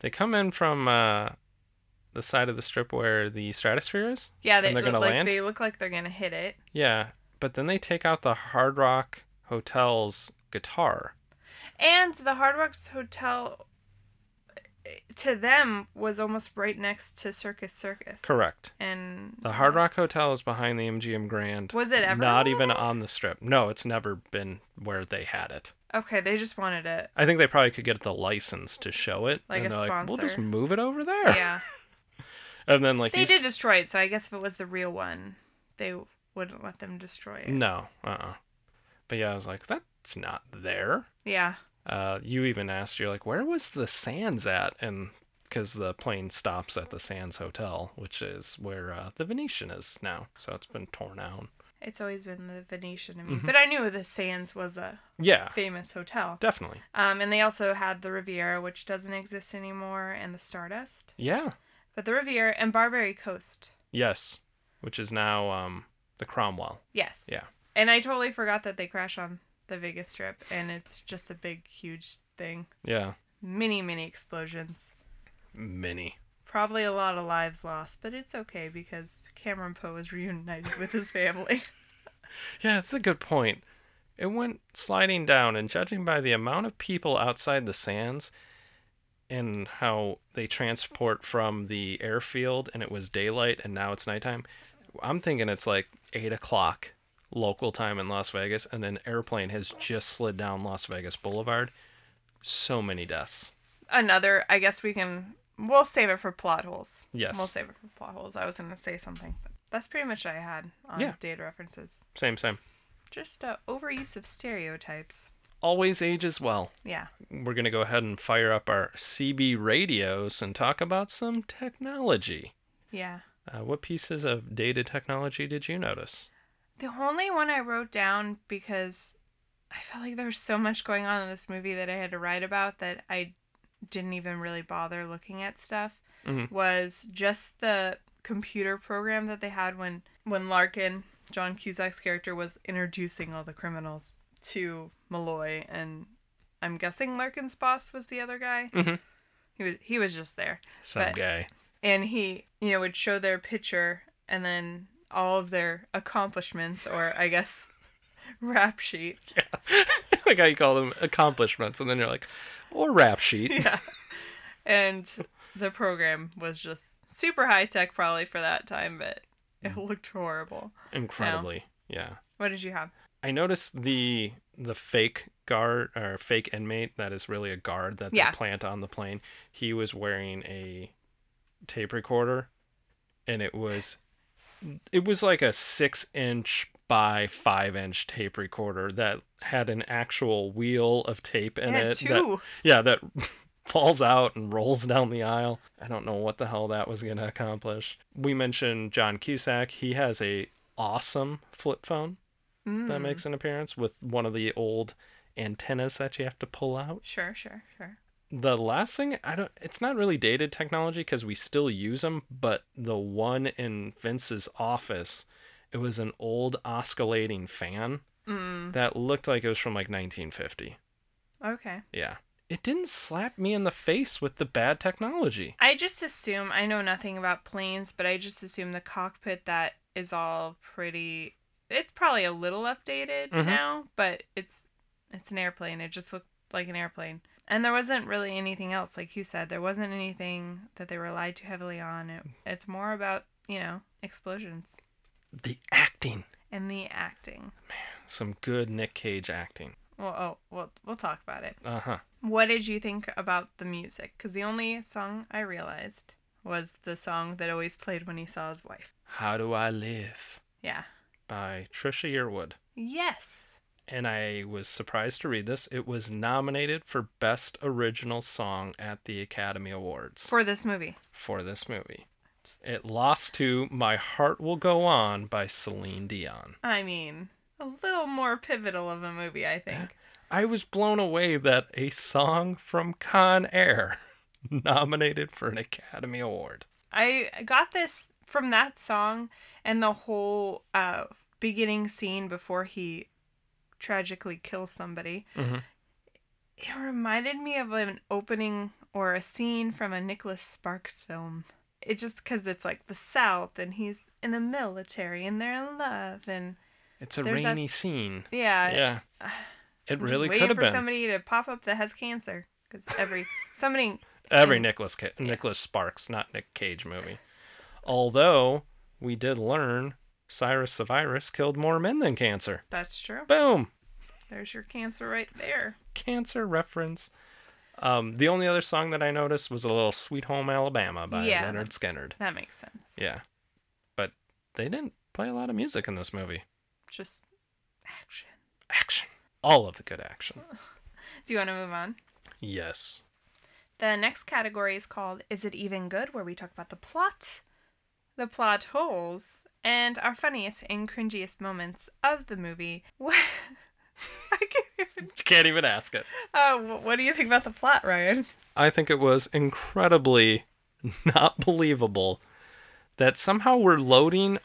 [SPEAKER 2] they come in from uh, the side of the strip where the stratosphere is.
[SPEAKER 1] yeah they
[SPEAKER 2] And they're
[SPEAKER 1] look
[SPEAKER 2] gonna
[SPEAKER 1] like
[SPEAKER 2] land?
[SPEAKER 1] they look like they're gonna hit it
[SPEAKER 2] Yeah, but then they take out the Hard Rock Hotel's guitar.
[SPEAKER 1] And the Hard Rock's hotel uh, to them was almost right next to Circus Circus.
[SPEAKER 2] Correct.
[SPEAKER 1] And
[SPEAKER 2] The Hard Rock
[SPEAKER 1] that's-
[SPEAKER 2] Hotel is behind the MGM Grand.
[SPEAKER 1] Was it ever
[SPEAKER 2] Not
[SPEAKER 1] on
[SPEAKER 2] even
[SPEAKER 1] there?
[SPEAKER 2] on the strip. No, it's never been where they had it.
[SPEAKER 1] Okay, they just wanted it.
[SPEAKER 2] I think they probably could get the license to show it.
[SPEAKER 1] Like
[SPEAKER 2] and
[SPEAKER 1] a
[SPEAKER 2] they're like, we'll just
[SPEAKER 1] sponsor.
[SPEAKER 2] move it over there.
[SPEAKER 1] Yeah.
[SPEAKER 2] And then like
[SPEAKER 1] they
[SPEAKER 2] you
[SPEAKER 1] did
[SPEAKER 2] s-
[SPEAKER 1] destroy it, so I guess if it was the real one, they wouldn't let them destroy it.
[SPEAKER 2] No. Uh uh But yeah, I was like, that's not there.
[SPEAKER 1] Yeah.
[SPEAKER 2] Uh you even asked, you're like, where was the sands at? And because the plane stops at the Sands Hotel, which is where uh, the Venetian is now. So it's been torn down.
[SPEAKER 1] It's always been the Venetian to me.
[SPEAKER 2] Mhm.
[SPEAKER 1] But I knew the Sands was a
[SPEAKER 2] Yeah,
[SPEAKER 1] famous hotel.
[SPEAKER 2] definitely.
[SPEAKER 1] Um, and they also had the Riviera, which doesn't exist anymore, and the Stardust.
[SPEAKER 2] Yeah.
[SPEAKER 1] But the Riviera and Barbary Coast.
[SPEAKER 2] Yes. Which is now um the Cromwell.
[SPEAKER 1] Yes.
[SPEAKER 2] Yeah.
[SPEAKER 1] And I totally forgot that they crash on the Vegas Strip, and it's just a big, huge thing.
[SPEAKER 2] Yeah.
[SPEAKER 1] Many, many explosions.
[SPEAKER 2] Many.
[SPEAKER 1] Probably a lot of lives lost, but it's okay <laughs> because Cameron Poe is reunited with his family. <laughs>
[SPEAKER 2] Yeah, that's a good point. It went sliding down, and judging by the amount of people outside the sands and how they transport from the airfield, and it was daylight and now it's nighttime, I'm thinking it's like 8 o'clock local time in Las Vegas, and an airplane has just slid down Las Vegas Boulevard. So many deaths.
[SPEAKER 1] Another, I guess we can, we'll save it for plot holes.
[SPEAKER 2] Yes.
[SPEAKER 1] We'll save it for plot holes. I was going to say something, but that's pretty much what I had on
[SPEAKER 2] Yeah.
[SPEAKER 1] data references.
[SPEAKER 2] Same, same.
[SPEAKER 1] Just uh, overuse of stereotypes.
[SPEAKER 2] Always ages well.
[SPEAKER 1] Yeah.
[SPEAKER 2] We're going to go ahead and fire up our CB radios and talk about some technology.
[SPEAKER 1] Yeah.
[SPEAKER 2] Uh, what pieces of data technology did you notice?
[SPEAKER 1] The only one I wrote down because I felt like there was so much going on in this movie that I had to write about that I didn't even really bother looking at stuff
[SPEAKER 2] Mhm.
[SPEAKER 1] was just the computer program that they had when when Larkin, John Cusack's character, was introducing all the criminals to Malloy and I'm guessing Larkin's boss was the other guy.
[SPEAKER 2] Mhm.
[SPEAKER 1] He was he was just there
[SPEAKER 2] Some
[SPEAKER 1] But-
[SPEAKER 2] guy. <laughs>
[SPEAKER 1] and he you know would show their picture and then all of their accomplishments or i guess <laughs> rap sheet
[SPEAKER 2] like how you call them accomplishments, and then you're like, or rap
[SPEAKER 1] <laughs>
[SPEAKER 2] sheet.
[SPEAKER 1] yeah and the program was just super high tech probably for that time but it
[SPEAKER 2] Mm.
[SPEAKER 1] looked horrible
[SPEAKER 2] Incredibly. Yeah.
[SPEAKER 1] what did you have
[SPEAKER 2] I noticed the the fake guard or fake inmate that is really a guard that
[SPEAKER 1] Yeah.
[SPEAKER 2] they plant on the plane. He was wearing a tape recorder, and it was it was like a six inch by five inch tape recorder that had an actual wheel of tape in
[SPEAKER 1] I had
[SPEAKER 2] it. that-
[SPEAKER 1] two
[SPEAKER 2] yeah, that <laughs> falls out and rolls down the aisle. I don't know what the hell that was going to accomplish. We mentioned John Cusack. He has a awesome flip phone that
[SPEAKER 1] Mm.
[SPEAKER 2] makes an appearance with one of the old antennas that you have to pull out.
[SPEAKER 1] sure sure sure
[SPEAKER 2] The last thing, I don't it's not really dated technology cuz we still use them, but the one in Vince's office, it was an old oscillating fan
[SPEAKER 1] mm.
[SPEAKER 2] that looked like it was from like 1950.
[SPEAKER 1] okay
[SPEAKER 2] Yeah. It didn't slap me in the face with the bad technology.
[SPEAKER 1] i just assume i know nothing about planes but i just assume the cockpit that is all pretty it's probably a little updated
[SPEAKER 2] Mhm.
[SPEAKER 1] now but it's it's an airplane it just looked like an airplane and there wasn't really anything else like you said there wasn't anything that they relied too heavily on it, it's more about you know explosions
[SPEAKER 2] The acting.
[SPEAKER 1] and the acting
[SPEAKER 2] Some good Nick Cage acting.
[SPEAKER 1] well oh we'll, we'll talk about it
[SPEAKER 2] Uh huh.
[SPEAKER 1] What did you think about the music? Because the only song I realized was the song that always played when he saw his wife.
[SPEAKER 2] How Do I Live
[SPEAKER 1] Yeah.
[SPEAKER 2] by Trisha Yearwood.
[SPEAKER 1] Yes.
[SPEAKER 2] And I was surprised to read this. It was nominated for Best Original Song at the Academy Awards
[SPEAKER 1] For this movie.
[SPEAKER 2] for this movie. It lost to My Heart Will Go On by Celine Dion.
[SPEAKER 1] I mean, a little more pivotal of a movie, I
[SPEAKER 2] <laughs>
[SPEAKER 1] think.
[SPEAKER 2] I was blown away that a song from Con Air <laughs> nominated for an Academy Award.
[SPEAKER 1] I got this from that song and the whole uh, beginning scene before he tragically kills somebody.
[SPEAKER 2] Mhm.
[SPEAKER 1] It reminded me of an opening or a scene from a Nicholas Sparks film. It just because it's like the South and he's in the military and they're in love and
[SPEAKER 2] It's a
[SPEAKER 1] There's that-
[SPEAKER 2] rainy scene.
[SPEAKER 1] yeah.
[SPEAKER 2] yeah.
[SPEAKER 1] I'm
[SPEAKER 2] It
[SPEAKER 1] just
[SPEAKER 2] really
[SPEAKER 1] waiting
[SPEAKER 2] could have
[SPEAKER 1] for
[SPEAKER 2] been.
[SPEAKER 1] somebody to pop up that has cancer because every somebody
[SPEAKER 2] Every Nicholas Ca- Nicholas Sparks, not Nick Cage movie. Although we did learn Cyrus the virus killed more men than cancer.
[SPEAKER 1] that's true.
[SPEAKER 2] Boom,
[SPEAKER 1] There's your cancer right there.
[SPEAKER 2] cancer reference. Um, the only other song that I noticed was a little "Sweet Home Alabama" by
[SPEAKER 1] Yeah.
[SPEAKER 2] Leonard Skinnard.
[SPEAKER 1] That makes sense.
[SPEAKER 2] Yeah, but they didn't play a lot of music in this movie.
[SPEAKER 1] Just action.
[SPEAKER 2] Action, all of the good action.
[SPEAKER 1] Do you want to move on?
[SPEAKER 2] Yes.
[SPEAKER 1] The next category is called Is It Even Good? where we talk about the plot, the plot holes, and our funniest and cringiest moments of the movie. <laughs> What? I can't even.
[SPEAKER 2] You can't even ask it.
[SPEAKER 1] Uh, wh- what do you think about the plot, Ryan?
[SPEAKER 2] I think it was incredibly <laughs> not believable that somehow we're loading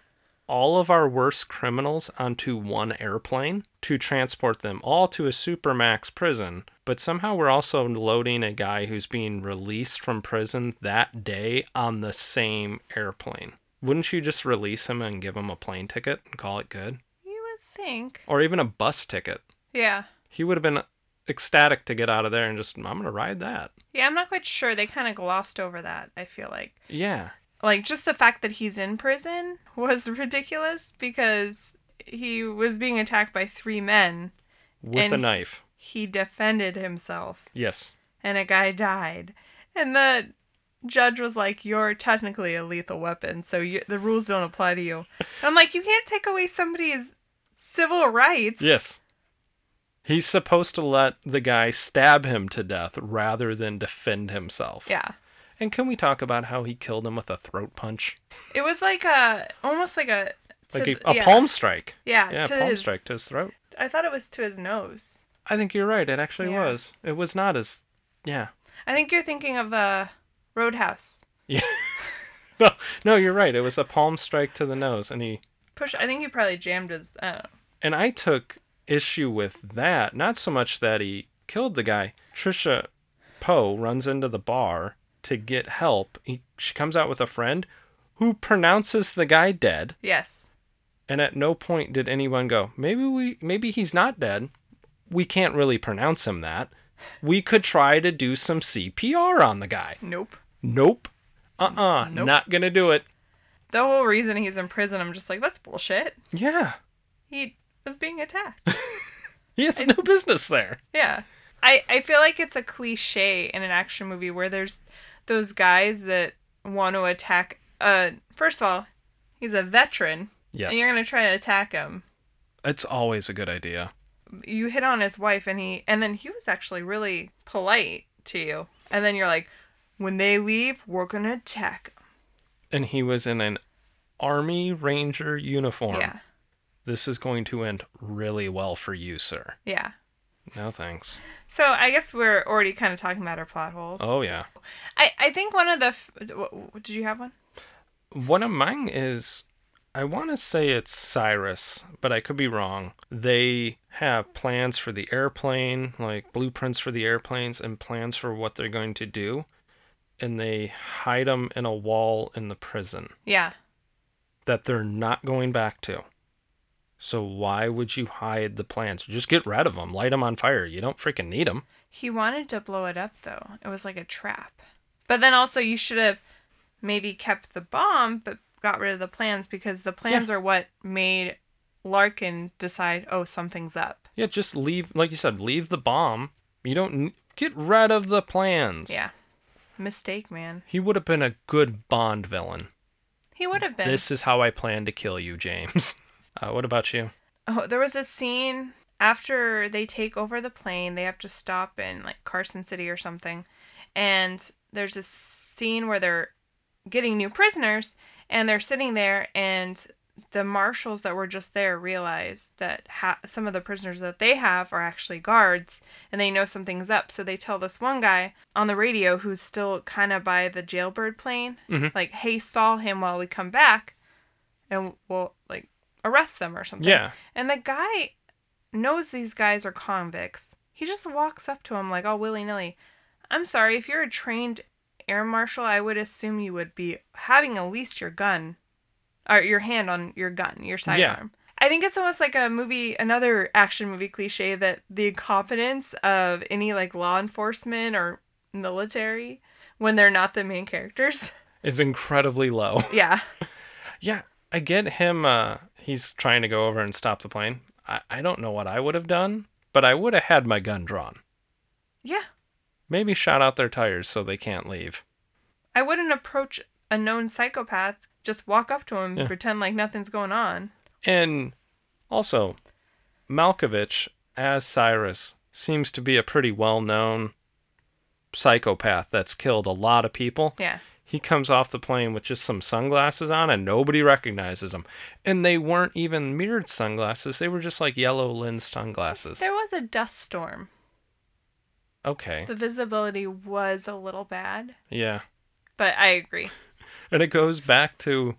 [SPEAKER 2] all of our worst criminals onto one airplane to transport them all to a supermax prison, but somehow we're also loading a guy who's being released from prison that day on the same airplane. Wouldn't you just release him and give him a plane ticket and call it good?
[SPEAKER 1] You would think.
[SPEAKER 2] Or even a bus ticket.
[SPEAKER 1] Yeah.
[SPEAKER 2] He would have been ecstatic to get out of there and just, I'm going to ride that.
[SPEAKER 1] Yeah, I'm not quite sure. They kind of glossed over that, I feel like.
[SPEAKER 2] Yeah.
[SPEAKER 1] Like, just the fact that he's in prison was ridiculous because he was being attacked by three men.
[SPEAKER 2] With a
[SPEAKER 1] And-
[SPEAKER 2] knife.
[SPEAKER 1] He defended himself,
[SPEAKER 2] Yes.
[SPEAKER 1] and a guy died. And the judge was like, You're technically a lethal weapon, so you, the rules don't apply to you. And I'm like, You can't take away somebody's civil rights.
[SPEAKER 2] Yes. He's supposed to let the guy stab him to death rather than defend himself.
[SPEAKER 1] Yeah.
[SPEAKER 2] And can we talk about how he killed him with a throat punch?
[SPEAKER 1] It was like a, almost like a, to
[SPEAKER 2] Like
[SPEAKER 1] th-
[SPEAKER 2] a, a
[SPEAKER 1] yeah.
[SPEAKER 2] palm strike.
[SPEAKER 1] Yeah,
[SPEAKER 2] Yeah,
[SPEAKER 1] to
[SPEAKER 2] palm
[SPEAKER 1] his-
[SPEAKER 2] strike to his throat.
[SPEAKER 1] I thought it was to his nose.
[SPEAKER 2] I think you're right. It actually
[SPEAKER 1] Yeah.
[SPEAKER 2] was. It was not as. Yeah. <laughs>
[SPEAKER 1] I think you're thinking of uh, Roadhouse.
[SPEAKER 2] Yeah. no, no, you're right. It was a palm strike to the nose, and he
[SPEAKER 1] Push. I think he probably jammed his. I don't know.
[SPEAKER 2] and I took issue with that. Not so much that he killed the guy. Trisha Poe runs into the bar to get help. He, she comes out with a friend who pronounces the guy dead,
[SPEAKER 1] Yes.
[SPEAKER 2] and at no point did anyone go, "Maybe we maybe he's not dead. We can't really pronounce him that. We could try to do some CPR on the guy."
[SPEAKER 1] Nope.
[SPEAKER 2] Nope. Uh-uh.
[SPEAKER 1] Nope.
[SPEAKER 2] Not going to do it.
[SPEAKER 1] The whole reason he's in prison, I'm just like, that's bullshit.
[SPEAKER 2] Yeah.
[SPEAKER 1] He was being attacked. <laughs>
[SPEAKER 2] He has no business there.
[SPEAKER 1] yeah. I, I feel like it's a cliche in an action movie where there's those guys that want to attack. Uh, first of all, he's a veteran,
[SPEAKER 2] Yes.
[SPEAKER 1] and you're gonna try to attack him.
[SPEAKER 2] It's always a good idea.
[SPEAKER 1] You hit on his wife, and he, and then he was actually really polite to you, and then you're like, when they leave, we're gonna attack
[SPEAKER 2] And he was in an Army Ranger uniform.
[SPEAKER 1] Yeah,
[SPEAKER 2] This is going to end really well for you, sir.
[SPEAKER 1] yeah.
[SPEAKER 2] No thanks.
[SPEAKER 1] So I guess we're already kind of talking about our plot holes.
[SPEAKER 2] Oh, yeah.
[SPEAKER 1] I, I think one of the f- w- w- did you have one?
[SPEAKER 2] One of mine is I want to say it's Cyrus, but I could be wrong. They have plans for the airplane, like blueprints for the airplanes and plans for what they're going to do. And they hide them in a wall in the prison.
[SPEAKER 1] Yeah,
[SPEAKER 2] that they're not going back to. So why would you hide the plants? Just get rid of them, light them on fire. You don't freaking need them.
[SPEAKER 1] he wanted to blow it up though. It was like a trap. But then also you should have maybe kept the bomb, but got rid of the plans because the plans are what made Larkin decide. Oh, something's up.
[SPEAKER 2] Yeah, just leave. Like you said, leave the bomb. You don't n- get rid of the plans.
[SPEAKER 1] Yeah, mistake, man.
[SPEAKER 2] He would have been a good Bond villain.
[SPEAKER 1] He would have been.
[SPEAKER 2] This is how I plan to kill you, James. Uh, what about you?
[SPEAKER 1] Oh, there was a scene after they take over the plane, they have to stop in like Carson City or something. And there's a scene where they're getting new prisoners and they're sitting there and the marshals that were just there realize that ha- some of the prisoners that they have are actually guards and they know something's up so they tell this one guy on the radio who's still kind of by the jailbird plane
[SPEAKER 2] Mhm.
[SPEAKER 1] like hey stall him while we come back and we'll like arrest them or something
[SPEAKER 2] Yeah,
[SPEAKER 1] and the guy knows these guys are convicts. He just walks up to him like all willy nilly. I'm sorry, if you're a trained air marshal, I would assume you would be having at least your gun or your hand on your gun, your sidearm. I think it's almost like a movie, another action movie cliche that the incompetence of any like law enforcement or military when they're not the main characters. <laughs>
[SPEAKER 2] is incredibly low.
[SPEAKER 1] yeah.
[SPEAKER 2] yeah, I get him. Uh, he's trying to go over and stop the plane. I, I don't know what I would have done, but I would have had my gun drawn.
[SPEAKER 1] Yeah.
[SPEAKER 2] Maybe shot out their tires so they can't leave.
[SPEAKER 1] I wouldn't approach a known psychopath, just walk up to him,
[SPEAKER 2] Yeah.
[SPEAKER 1] pretend like nothing's going on.
[SPEAKER 2] And also, Malkovich as Cyrus seems to be a pretty well known psychopath that's killed a lot of people.
[SPEAKER 1] Yeah.
[SPEAKER 2] He comes off the plane with just some sunglasses on and nobody recognizes him. And they weren't even mirrored sunglasses, they were just like yellow lens sunglasses.
[SPEAKER 1] There was a dust storm.
[SPEAKER 2] Okay.
[SPEAKER 1] The visibility was a little bad,
[SPEAKER 2] Yeah.
[SPEAKER 1] but I agree.
[SPEAKER 2] And it goes back to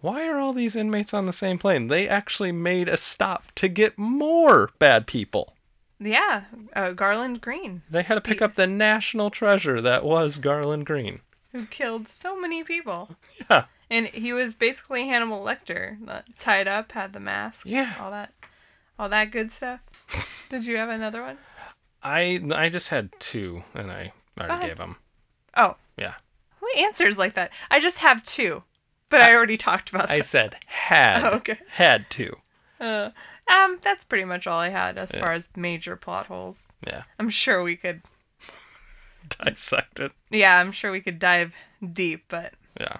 [SPEAKER 2] why are all these inmates on the same plane? They actually made a stop to get more bad people.
[SPEAKER 1] Yeah, uh, Garland Green.
[SPEAKER 2] They had to pick
[SPEAKER 1] Steve,
[SPEAKER 2] up the national treasure that was Garland Green.
[SPEAKER 1] Who killed so many people.
[SPEAKER 2] Yeah.
[SPEAKER 1] And he was basically Hannibal Lecter, uh, tied up, had the mask,
[SPEAKER 2] Yeah.
[SPEAKER 1] all that all that good stuff. <laughs> Did you have another one?
[SPEAKER 2] I I just had two, and I already
[SPEAKER 1] ahead.
[SPEAKER 2] gave them.
[SPEAKER 1] Oh.
[SPEAKER 2] Yeah.
[SPEAKER 1] Who answers like that? I just have two, but I, already talked about
[SPEAKER 2] I
[SPEAKER 1] that.
[SPEAKER 2] said had.
[SPEAKER 1] Oh, okay.
[SPEAKER 2] Had two.
[SPEAKER 1] Uh, um, that's pretty much all I had as
[SPEAKER 2] Yeah.
[SPEAKER 1] far as major plot holes.
[SPEAKER 2] Yeah.
[SPEAKER 1] I'm sure we could.
[SPEAKER 2] Dissect it.
[SPEAKER 1] Yeah, I'm sure we could dive deep. But
[SPEAKER 2] Yeah.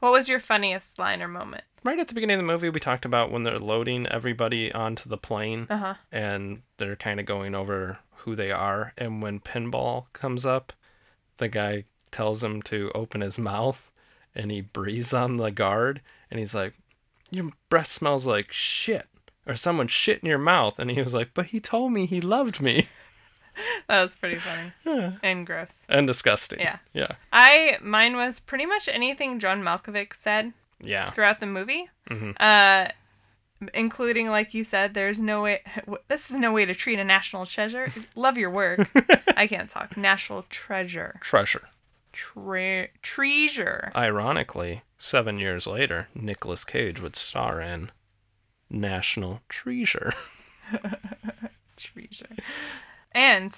[SPEAKER 1] what was your funniest line or moment?
[SPEAKER 2] Right at the beginning of the movie, we talked about when they're loading everybody onto the plane
[SPEAKER 1] Uh huh.
[SPEAKER 2] and they're kind of going over who they are. And when Pinball comes up, the guy tells him to open his mouth and he breathes on the guard and he's like, Your breath smells like shit or someone shit in your mouth. And he was like, But he told me he loved me. <laughs>
[SPEAKER 1] That was pretty funny and gross.
[SPEAKER 2] and disgusting.
[SPEAKER 1] Yeah.
[SPEAKER 2] Yeah.
[SPEAKER 1] I mine was pretty much anything John Malkovich said
[SPEAKER 2] Yeah.
[SPEAKER 1] throughout the movie,
[SPEAKER 2] Mhm.
[SPEAKER 1] uh, including like you said, there's no way. <laughs> This is no way to treat a national treasure. Love your work. I can't talk. National treasure.
[SPEAKER 2] Treasure.
[SPEAKER 1] Tre- treasure.
[SPEAKER 2] Ironically, seven years later, Nicolas Cage would star in National Treasure.
[SPEAKER 1] treasure. And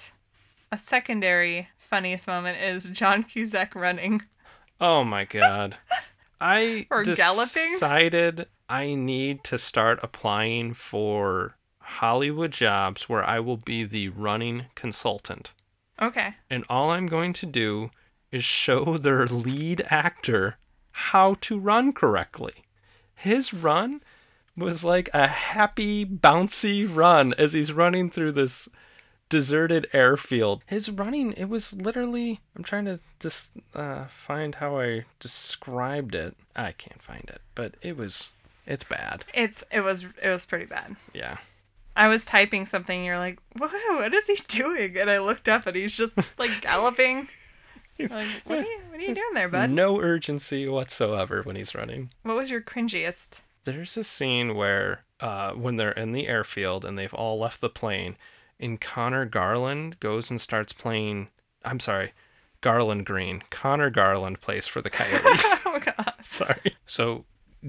[SPEAKER 1] a secondary funniest moment is John Cusack running.
[SPEAKER 2] Oh my god. I
[SPEAKER 1] Or galloping?
[SPEAKER 2] decided I need to start applying for Hollywood jobs where I will be the running consultant.
[SPEAKER 1] Okay.
[SPEAKER 2] And all I'm going to do is show <laughs> their lead actor how to run correctly. His run was like a happy, bouncy run as he's running through this deserted airfield. His running, it was literally. I'm trying to just uh, find how I described it. I can't find it, but it was. It's bad.
[SPEAKER 1] It's it was it was pretty bad.
[SPEAKER 2] Yeah.
[SPEAKER 1] I was typing something and you're like, <laughs> Whoa, what is he doing? And I looked up and he's just like <laughs> galloping. I'm like, what are you what are you doing there, bud?
[SPEAKER 2] No urgency whatsoever when he's running.
[SPEAKER 1] What was your cringiest? <laughs>
[SPEAKER 2] There's a scene where, uh, when they're in the airfield and they've all left the plane, and Connor Garland goes and starts playing. I'm sorry, Garland Green. Connor Garland plays for the Coyotes.
[SPEAKER 1] oh <laughs> gosh.
[SPEAKER 2] sorry. So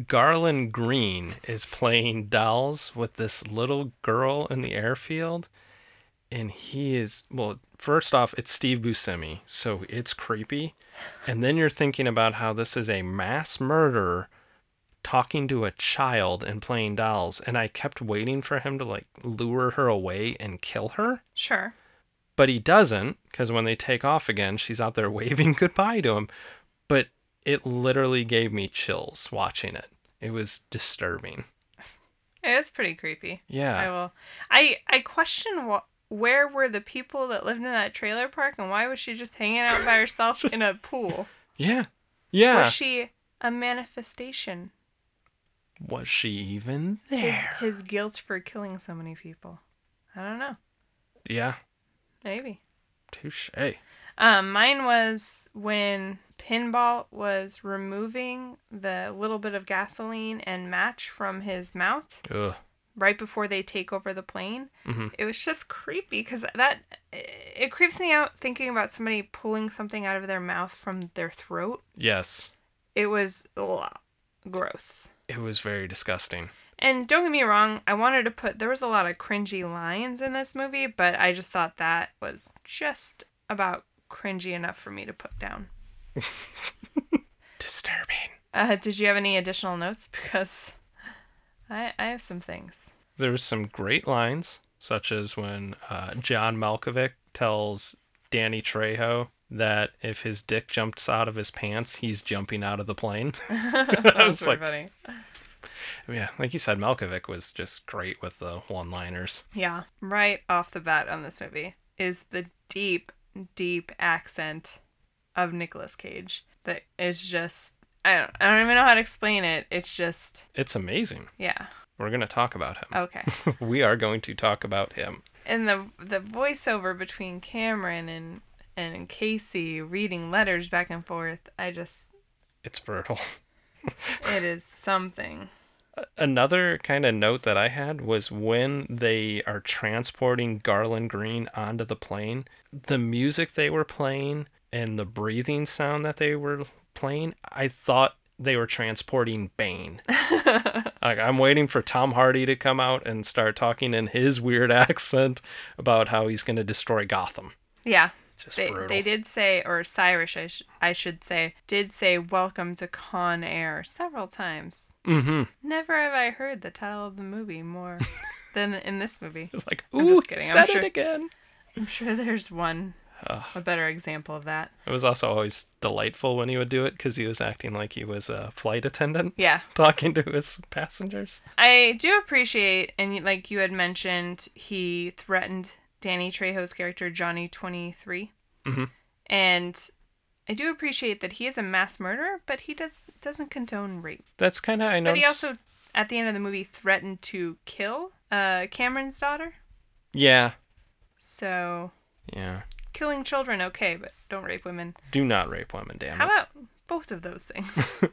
[SPEAKER 2] Garland Green is playing dolls with this little girl in the airfield, and he is well. First off, it's Steve Buscemi, so it's creepy, and then you're thinking about how this is a mass murderer talking to a child and playing dolls, and I kept waiting for him to like lure her away and kill her.
[SPEAKER 1] Sure.
[SPEAKER 2] But he doesn't, because when they take off again, she's out there <laughs> waving goodbye to him. But it literally gave me chills watching it. It was disturbing.
[SPEAKER 1] It's pretty creepy. I
[SPEAKER 2] Yeah.
[SPEAKER 1] will. I I question what where were the people that lived in that trailer park and why was she just hanging out by <laughs> herself in a pool?
[SPEAKER 2] Yeah. Yeah.
[SPEAKER 1] Was she a manifestation?
[SPEAKER 2] Was she even
[SPEAKER 1] His,
[SPEAKER 2] there?
[SPEAKER 1] his guilt for killing so many people. I don't know.
[SPEAKER 2] Yeah.
[SPEAKER 1] Maybe.
[SPEAKER 2] Touche.
[SPEAKER 1] Um, mine was when Pinball was removing the little bit of gasoline and match from his mouth
[SPEAKER 2] Ugh.
[SPEAKER 1] right before they take over the plane.
[SPEAKER 2] Mhm.
[SPEAKER 1] It was just creepy because that it creeps me out thinking about somebody pulling something out of their mouth from their throat.
[SPEAKER 2] Yes.
[SPEAKER 1] It was ugh, gross.
[SPEAKER 2] It was very disgusting.
[SPEAKER 1] And don't get me wrong, I wanted to put there was a lot of cringy lines in this movie, but I just thought that was just about cringy enough for me to put down.
[SPEAKER 2] Disturbing.
[SPEAKER 1] Uh, did you have any additional notes? <laughs> Because I I have some things.
[SPEAKER 2] There was some great lines, such as when uh, John Malkovich tells Danny Trejo that if his dick jumps out of his pants, he's jumping out of the plane. <laughs>
[SPEAKER 1] That
[SPEAKER 2] I
[SPEAKER 1] was
[SPEAKER 2] was
[SPEAKER 1] pretty
[SPEAKER 2] like,
[SPEAKER 1] funny.
[SPEAKER 2] yeah, like you said, Malkovich was just great with the one-liners.
[SPEAKER 1] Yeah, right off the bat on this movie is the deep, deep accent of Nicolas Cage that is just I don't I don't even know how to explain it. It's just
[SPEAKER 2] It's amazing.
[SPEAKER 1] yeah
[SPEAKER 2] We're gonna talk about him. <laughs>
[SPEAKER 1] okay.
[SPEAKER 2] we are going to talk about him.
[SPEAKER 1] and the the voiceover between Cameron and and Casey reading letters back and forth, I just
[SPEAKER 2] It's brutal.
[SPEAKER 1] it is something.
[SPEAKER 2] Another kind of note that I had was when they are transporting Garland Green onto the plane, the music they were playing and the breathing sound that they were playing, I thought they were transporting
[SPEAKER 1] <laughs>
[SPEAKER 2] Bane. like I'm waiting for Tom Hardy to come out and start talking in his weird <laughs> accent about how he's going to destroy Gotham.
[SPEAKER 1] Yeah.
[SPEAKER 2] Just
[SPEAKER 1] They,
[SPEAKER 2] brutal.
[SPEAKER 1] they did say, or Cyrus, I, sh- I should say, did say, Welcome to Con Air several times.
[SPEAKER 2] mm-hmm.
[SPEAKER 1] Never have I heard the title of the movie
[SPEAKER 2] <laughs>
[SPEAKER 1] more than in this movie.
[SPEAKER 2] It's like,
[SPEAKER 1] I'm
[SPEAKER 2] ooh,
[SPEAKER 1] just
[SPEAKER 2] he
[SPEAKER 1] kidding. I'm
[SPEAKER 2] said
[SPEAKER 1] sure-
[SPEAKER 2] it again.
[SPEAKER 1] I'm sure there's one, a better example of that.
[SPEAKER 2] It was also always delightful when he would do it because he was acting like he was a flight attendant
[SPEAKER 1] Yeah.
[SPEAKER 2] talking to his passengers.
[SPEAKER 1] I do appreciate, and you- like you had mentioned, he threatened Danny Trejo's character, Johnny 23.
[SPEAKER 2] Mhm.
[SPEAKER 1] And I do appreciate that he is a mass murderer, but he does doesn't condone rape.
[SPEAKER 2] That's kind of I know.
[SPEAKER 1] But he also, at the end of the movie, threatened to kill uh, Cameron's daughter.
[SPEAKER 2] yeah
[SPEAKER 1] So
[SPEAKER 2] yeah
[SPEAKER 1] killing children, okay, but don't rape women.
[SPEAKER 2] do not rape women, damn
[SPEAKER 1] How
[SPEAKER 2] it.
[SPEAKER 1] about both of those things?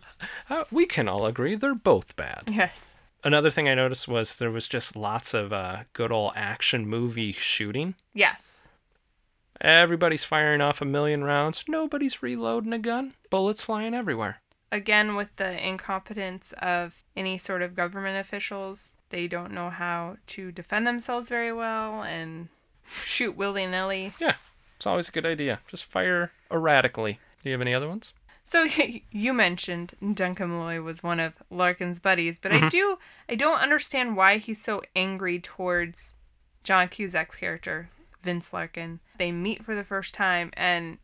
[SPEAKER 1] <laughs>
[SPEAKER 2] <laughs> Uh, we can all agree they're both bad.
[SPEAKER 1] yes.
[SPEAKER 2] Another thing I noticed was there was just lots of uh, good old action movie shooting.
[SPEAKER 1] Yes.
[SPEAKER 2] Everybody's firing off a million rounds. Nobody's reloading a gun. Bullets flying everywhere.
[SPEAKER 1] Again, with the incompetence of any sort of government officials, they don't know how to defend themselves very well and shoot willy nilly.
[SPEAKER 2] Yeah, it's always a good idea. Just fire erratically. Do you have any other ones?
[SPEAKER 1] So <laughs> you mentioned Duncan Malloy was one of Larkin's buddies, but I do I don't understand why he's so angry towards John Cusack's character, Vince Larkin. They meet for the first time and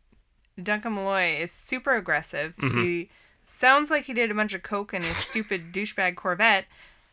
[SPEAKER 1] Duncan Malloy is super aggressive. He sounds like he did a bunch of coke in his stupid douchebag Corvette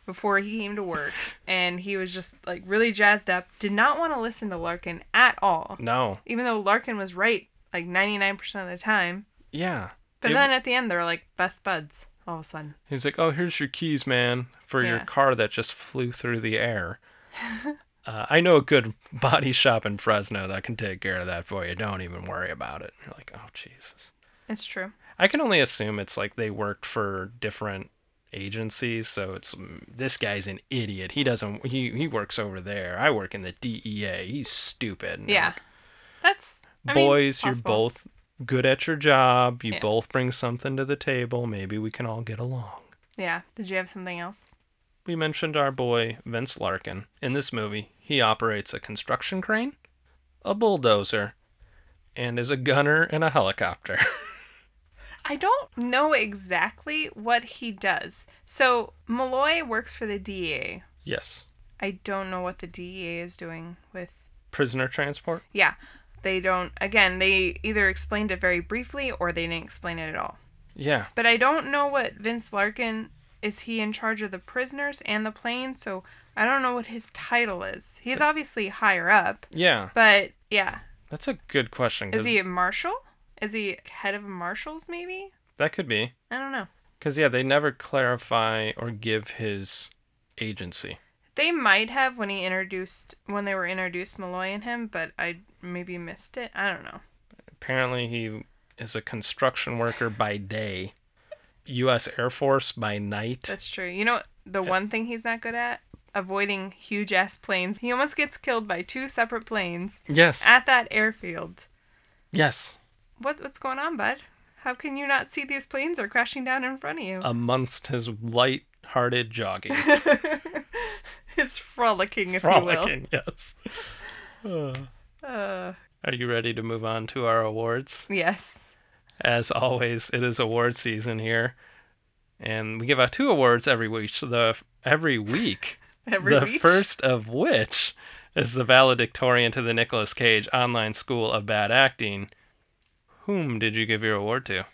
[SPEAKER 1] before he came to work and he was just like really jazzed up, did not want to listen to Larkin at all.
[SPEAKER 2] No.
[SPEAKER 1] Even though Larkin was right like 99% of the time.
[SPEAKER 2] Yeah.
[SPEAKER 1] But
[SPEAKER 2] It-
[SPEAKER 1] then at the end, they're like best buds all of a sudden.
[SPEAKER 2] He's like, "Oh, here's your keys, man, for your
[SPEAKER 1] Yeah.
[SPEAKER 2] car that just flew through the air." <laughs> uh, I know a good <laughs> body shop in Fresno that can take care of that for you. Don't even worry about it. You're like, "Oh, Jesus."
[SPEAKER 1] It's true.
[SPEAKER 2] I can only assume it's like they worked for different agencies, so it's mm, this guy's an idiot. He doesn't. He he works over there. I work in the DEA. He's stupid. And I'm
[SPEAKER 1] Yeah.
[SPEAKER 2] like,
[SPEAKER 1] That's. I mean,
[SPEAKER 2] boys, you're
[SPEAKER 1] possible.
[SPEAKER 2] both good at your job. You
[SPEAKER 1] Yeah.
[SPEAKER 2] both bring something to the table. Maybe we can all get along.
[SPEAKER 1] Yeah. Did you have something else?
[SPEAKER 2] we mentioned our boy Vince Larkin. In this movie, he operates a construction crane, a bulldozer, and is a gunner in a helicopter. <laughs>
[SPEAKER 1] I don't know exactly what he does. So Malloy works for the DEA.
[SPEAKER 2] yes.
[SPEAKER 1] I don't know what the DEA is doing with.
[SPEAKER 2] Prisoner transport?
[SPEAKER 1] Yeah. They don't. Again, they either explained it very briefly or they didn't explain it at all.
[SPEAKER 2] Yeah.
[SPEAKER 1] But I don't know what Vince Larkin is he in charge of the prisoners and the plane, so I don't know what his title is. He's obviously higher up,
[SPEAKER 2] Yeah.
[SPEAKER 1] but yeah.
[SPEAKER 2] That's a good question.
[SPEAKER 1] Is
[SPEAKER 2] 'cause
[SPEAKER 1] he a marshal? Is he head of marshals maybe?
[SPEAKER 2] That could be.
[SPEAKER 1] I don't know.
[SPEAKER 2] Because, yeah, they never clarify or give his agency.
[SPEAKER 1] They might have when he introduced when they were introduced Malloy and him, but I maybe missed it. I don't know.
[SPEAKER 2] Apparently, he is a construction worker by day, U.S. Air Force by night.
[SPEAKER 1] That's true. You know the one thing he's not good at? Avoiding huge ass planes. He almost gets killed by two separate planes
[SPEAKER 2] yes.
[SPEAKER 1] at that airfield.
[SPEAKER 2] yes.
[SPEAKER 1] What what's going on, bud? How can you not see these planes are crashing down in front of
[SPEAKER 2] Uh,
[SPEAKER 1] you?
[SPEAKER 2] Amongst his light-hearted jogging.
[SPEAKER 1] <laughs> it's frolicking, <laughs> if
[SPEAKER 2] frolicking. Yes.
[SPEAKER 1] you will. Uh,
[SPEAKER 2] Are you ready to move on to our awards?
[SPEAKER 1] yes. <laughs>
[SPEAKER 2] As always, it is award season here, and we give out two awards every week. So the every week,
[SPEAKER 1] <laughs> Every
[SPEAKER 2] the
[SPEAKER 1] week.
[SPEAKER 2] first of which is the valedictorian to the Nicolas Cage Online School of Bad Acting. Whom did you give your award to?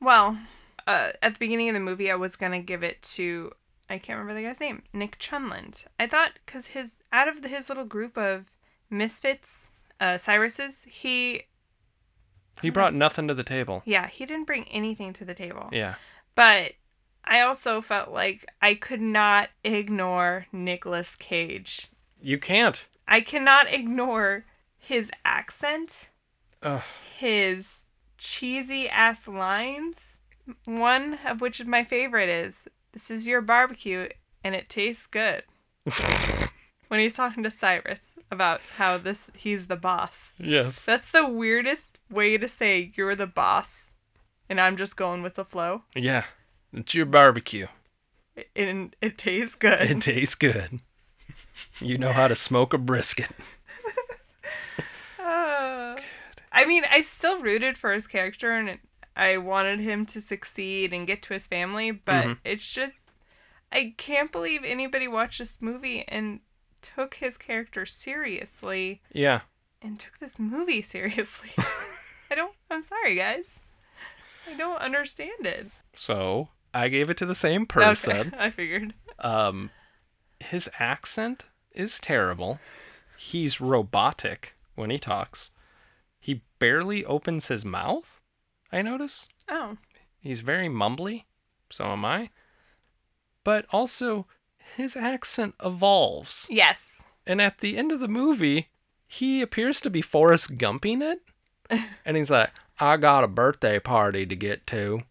[SPEAKER 1] Well, uh, at the beginning of the movie, I was gonna give it to I can't remember the guy's name, Nick Chunland. I thought because his out of the, his little group of misfits, uh, Cyruses, he
[SPEAKER 2] He brought nothing to the table.
[SPEAKER 1] yeah he didn't bring anything to the table.
[SPEAKER 2] Yeah,
[SPEAKER 1] But I also felt like I could not ignore Nicolas Cage.
[SPEAKER 2] you can't.
[SPEAKER 1] I cannot ignore his accent,
[SPEAKER 2] Ugh.
[SPEAKER 1] his cheesy ass lines. One of which is my favorite is this is your barbecue and it tastes good. when he's talking to Cyrus about how this he's the boss.
[SPEAKER 2] Yes.
[SPEAKER 1] That's the weirdest way to say you're the boss and I'm just going with the flow.
[SPEAKER 2] Yeah. It's your barbecue.
[SPEAKER 1] and it tastes good.
[SPEAKER 2] It tastes good. You know how to smoke a brisket.
[SPEAKER 1] Uh, I mean, I still rooted for his character and it, I wanted him to succeed and get to his family, but
[SPEAKER 2] Mhm.
[SPEAKER 1] it's just I can't believe anybody watched this movie and took his character seriously
[SPEAKER 2] Yeah.
[SPEAKER 1] and took this movie seriously. I don't I'm sorry, guys. I don't understand it.
[SPEAKER 2] So I gave it to the same
[SPEAKER 1] Okay,
[SPEAKER 2] person.
[SPEAKER 1] <laughs> I figured.
[SPEAKER 2] Um, his accent is terrible. He's robotic when he talks. He barely opens his mouth. I notice
[SPEAKER 1] Oh.
[SPEAKER 2] he's very mumbly. So am I. But also, his accent evolves.
[SPEAKER 1] Yes.
[SPEAKER 2] And at the end of the movie, he appears to be Forrest Gumping it. and he's like, I got a birthday party to get to.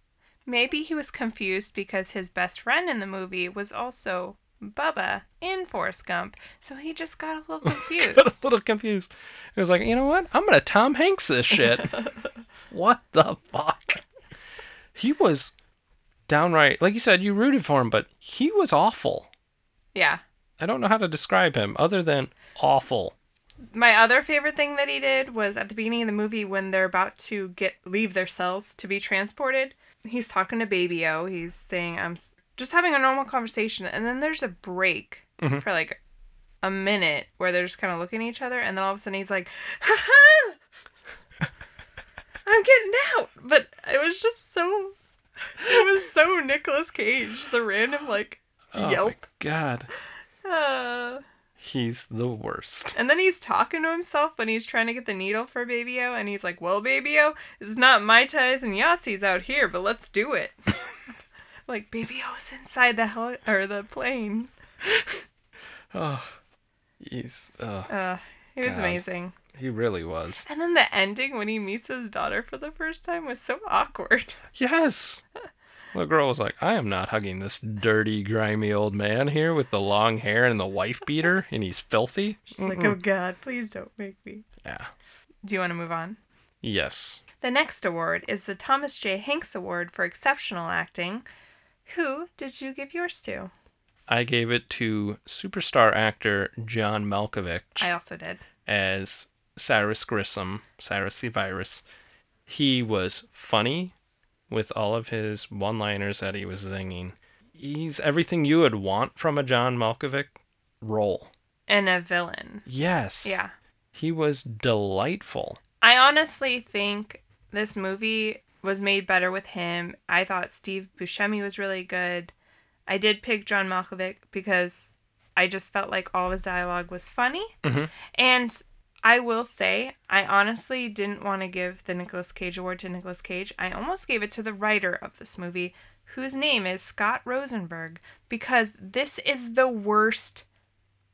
[SPEAKER 1] Maybe he was confused because his best friend in the movie was also Bubba in Forrest Gump, so he just <laughs> got a little confused.
[SPEAKER 2] Got <laughs> a little confused. It was like, you know what? I'm going to Tom Hanks this shit.
[SPEAKER 1] <laughs>
[SPEAKER 2] what the fuck? He was downright, like you said, you rooted for him, but he was awful.
[SPEAKER 1] Yeah.
[SPEAKER 2] I don't know how to describe him other than awful.
[SPEAKER 1] My other favorite thing that he did was at the beginning of the movie when they're about to get leave their cells to be transported. He's talking to Baby O. He's saying, "I'm s- just having a normal conversation," and then there's a break
[SPEAKER 2] Mhm.
[SPEAKER 1] for like a minute where they're just kind of looking at each other, and then all of a sudden he's like, "Ha ha, I'm getting out!" But it was just so, it was so Nicolas Cage, the random like
[SPEAKER 2] Oh my
[SPEAKER 1] yelp.
[SPEAKER 2] God.
[SPEAKER 1] Uh,
[SPEAKER 2] He's
[SPEAKER 1] <laughs>
[SPEAKER 2] the worst.
[SPEAKER 1] and then he's talking to himself when he's trying to get the needle for Baby O, and he's like, Well, Baby O, it's not my ties and Yahtzees out here, but let's do
[SPEAKER 2] <laughs>
[SPEAKER 1] it. like, Baby O is inside the heli- or the plane.
[SPEAKER 2] Oh, he's, uh,
[SPEAKER 1] Uh, he was
[SPEAKER 2] God.
[SPEAKER 1] amazing.
[SPEAKER 2] he really was.
[SPEAKER 1] And then the ending when he meets his daughter for the first time was so awkward. <laughs>
[SPEAKER 2] Yes. The girl was like, I am not hugging this dirty, grimy old man here with the long hair and the wife beater, and he's filthy.
[SPEAKER 1] She's like,
[SPEAKER 2] Mm-mm.
[SPEAKER 1] Oh God, please don't make me.
[SPEAKER 2] Yeah.
[SPEAKER 1] Do you want to move on?
[SPEAKER 2] Yes.
[SPEAKER 1] The next award is the Thomas J. Hanks Award for Exceptional Acting. Who did you give yours to?
[SPEAKER 2] I gave it to superstar actor John Malkovich
[SPEAKER 1] I also did.
[SPEAKER 2] as Cyrus Grissom, Cyrus the Virus. He was funny with all of his one liners that he was singing. He's everything you would want from a John Malkovich role.
[SPEAKER 1] And a villain.
[SPEAKER 2] Yes.
[SPEAKER 1] Yeah.
[SPEAKER 2] He was delightful.
[SPEAKER 1] I honestly think this movie was made better with him. I thought Steve Buscemi was really good. I did pick John Malkovich because I just felt like all of his dialogue was funny.
[SPEAKER 2] Mhm.
[SPEAKER 1] And I will say, I honestly didn't want to give the Nicolas Cage Award to Nicolas Cage. I almost gave it to the writer of this movie, whose name is Scott Rosenberg, because this is the worst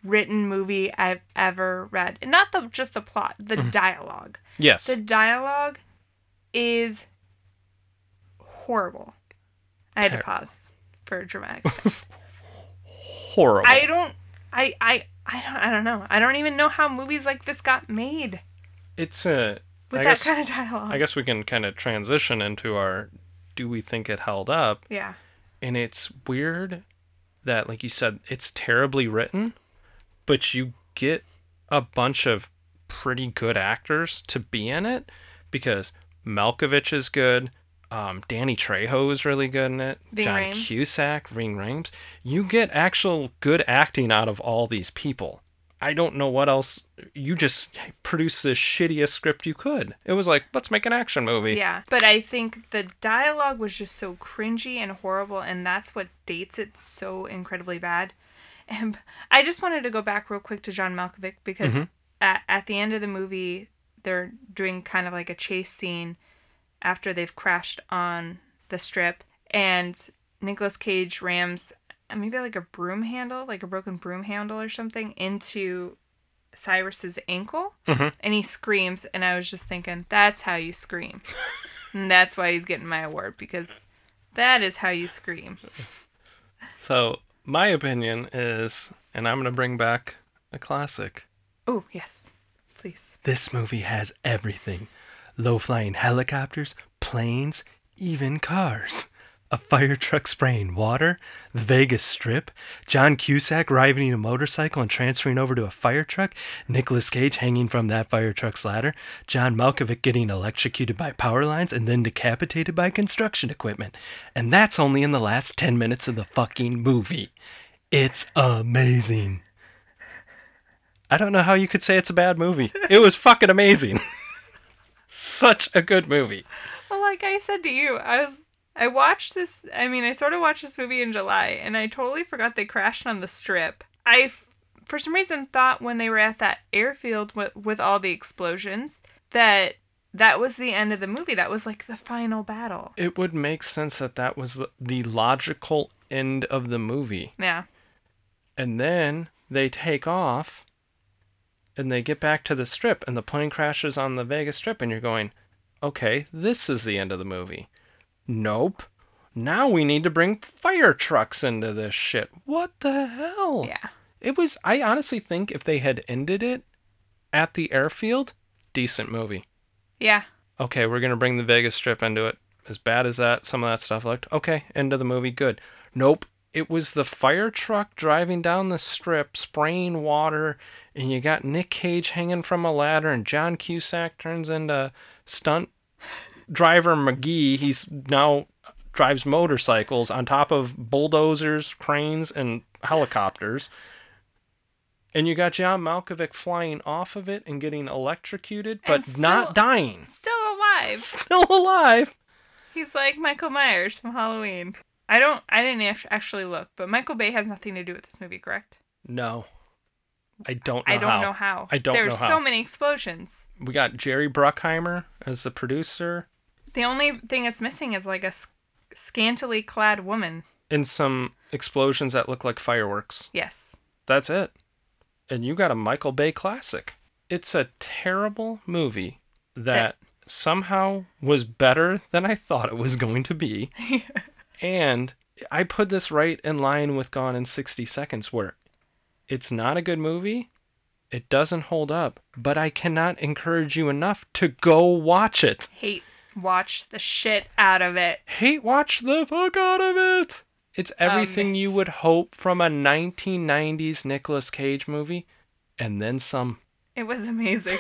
[SPEAKER 1] written movie I've ever read. And not the just the plot, the dialogue.
[SPEAKER 2] Yes.
[SPEAKER 1] The dialogue is horrible. I had to
[SPEAKER 2] Terrible.
[SPEAKER 1] pause for dramatic.
[SPEAKER 2] <laughs>
[SPEAKER 1] effect.
[SPEAKER 2] Horrible.
[SPEAKER 1] I don't. I I I don't. I don't know. I don't even know how movies like this got made
[SPEAKER 2] It's a.
[SPEAKER 1] with that
[SPEAKER 2] I guess,
[SPEAKER 1] kind of dialogue.
[SPEAKER 2] I guess we can kind of transition into our do we think it held up?
[SPEAKER 1] Yeah.
[SPEAKER 2] And it's weird that, like you said, it's terribly written, but you get a bunch of pretty good actors to be in it because Malkovich is good. Um, Danny Trejo is really good in it.
[SPEAKER 1] Ving
[SPEAKER 2] John
[SPEAKER 1] Rhames.
[SPEAKER 2] Cusack, Ring Rames. You get actual good acting out of all these people. I don't know what else. You just produced the shittiest script you could. It was like, let's make an action movie.
[SPEAKER 1] Yeah. But I think the dialogue was just so cringy and horrible, and that's what dates it so incredibly bad. <laughs> And I just wanted to go back real quick to John Malkovich because at, at the end of the movie, they're doing kind of like a chase scene after they've crashed on the strip, and Nicolas Cage rams uh, maybe like a broom handle, like a broken broom handle or something, into Cyrus's ankle,
[SPEAKER 2] Mhm.
[SPEAKER 1] and he screams. And I was just thinking, that's how you scream, and that's why he's getting my award because that is how you scream.
[SPEAKER 2] So my opinion is, and I'm gonna bring back a classic.
[SPEAKER 1] Oh yes, please.
[SPEAKER 2] This movie has everything: low-flying helicopters, planes, even cars. a fire truck spraying water, the Vegas Strip, John Cusack riding a motorcycle and transferring over to a fire truck, Nicolas Cage hanging from that fire truck's ladder, John Malkovich getting electrocuted by power lines and then decapitated by construction equipment. And that's only in the last 10 minutes of the fucking movie. It's amazing. I don't know how you could say it's a bad movie. It was fucking amazing. <laughs> Such a good movie.
[SPEAKER 1] Well, like I said to you, I was I watched this. I mean, I sort of watched this movie in July, and I totally forgot they crashed on the strip. I, f- for some reason, thought when they were at that airfield with, with all the explosions that that was the end of the movie. That was like the final battle.
[SPEAKER 2] It would make sense that that was the- the logical end of the movie.
[SPEAKER 1] Yeah.
[SPEAKER 2] And then they take off and they get back to the strip and the plane crashes on the Vegas strip and you're going, "Okay, this is the end of the movie." Nope. Now we need to bring fire trucks into this shit. What the hell?
[SPEAKER 1] Yeah.
[SPEAKER 2] It was I honestly think if they had ended it at the airfield, decent movie.
[SPEAKER 1] Yeah.
[SPEAKER 2] Okay, we're gonna bring the Vegas strip into it. As bad as that, some of that stuff looked. Okay, end of the movie, good. Nope. It was the fire truck driving down the strip, spraying water, and you got Nick Cage hanging from a ladder, and John Cusack turns into stunt driver McGee. He's now drives motorcycles on top of bulldozers, cranes, and helicopters. And you got John Malkovich flying off of it and getting electrocuted, but
[SPEAKER 1] And
[SPEAKER 2] not
[SPEAKER 1] still-
[SPEAKER 2] dying
[SPEAKER 1] Still alive.
[SPEAKER 2] <laughs> still alive.
[SPEAKER 1] He's like Michael Myers from Halloween. I don't. I didn't act- actually look, but Michael Bay has nothing to do with this movie, correct?
[SPEAKER 2] No, I don't. Know
[SPEAKER 1] I don't
[SPEAKER 2] how.
[SPEAKER 1] know how.
[SPEAKER 2] I don't
[SPEAKER 1] There
[SPEAKER 2] know
[SPEAKER 1] were
[SPEAKER 2] how.
[SPEAKER 1] so many explosions.
[SPEAKER 2] We got Jerry Bruckheimer as the producer
[SPEAKER 1] The only thing that's missing is like a s- scantily clad woman.
[SPEAKER 2] and some explosions that look like fireworks.
[SPEAKER 1] Yes. <laughs>
[SPEAKER 2] That's it. And you got a Michael Bay classic. It's a terrible movie that somehow was better than I thought it was going to be. And I put this right in line with Gone in 60 Seconds, where it's not a good movie. It doesn't hold up, but I cannot encourage you enough to go watch it.
[SPEAKER 1] Hate watch the shit out of it.
[SPEAKER 2] Hate watch the fuck out of it. It's everything you would hope from a 1990s Nicolas Cage movie, and then some.
[SPEAKER 1] It was
[SPEAKER 2] <laughs>
[SPEAKER 1] amazing.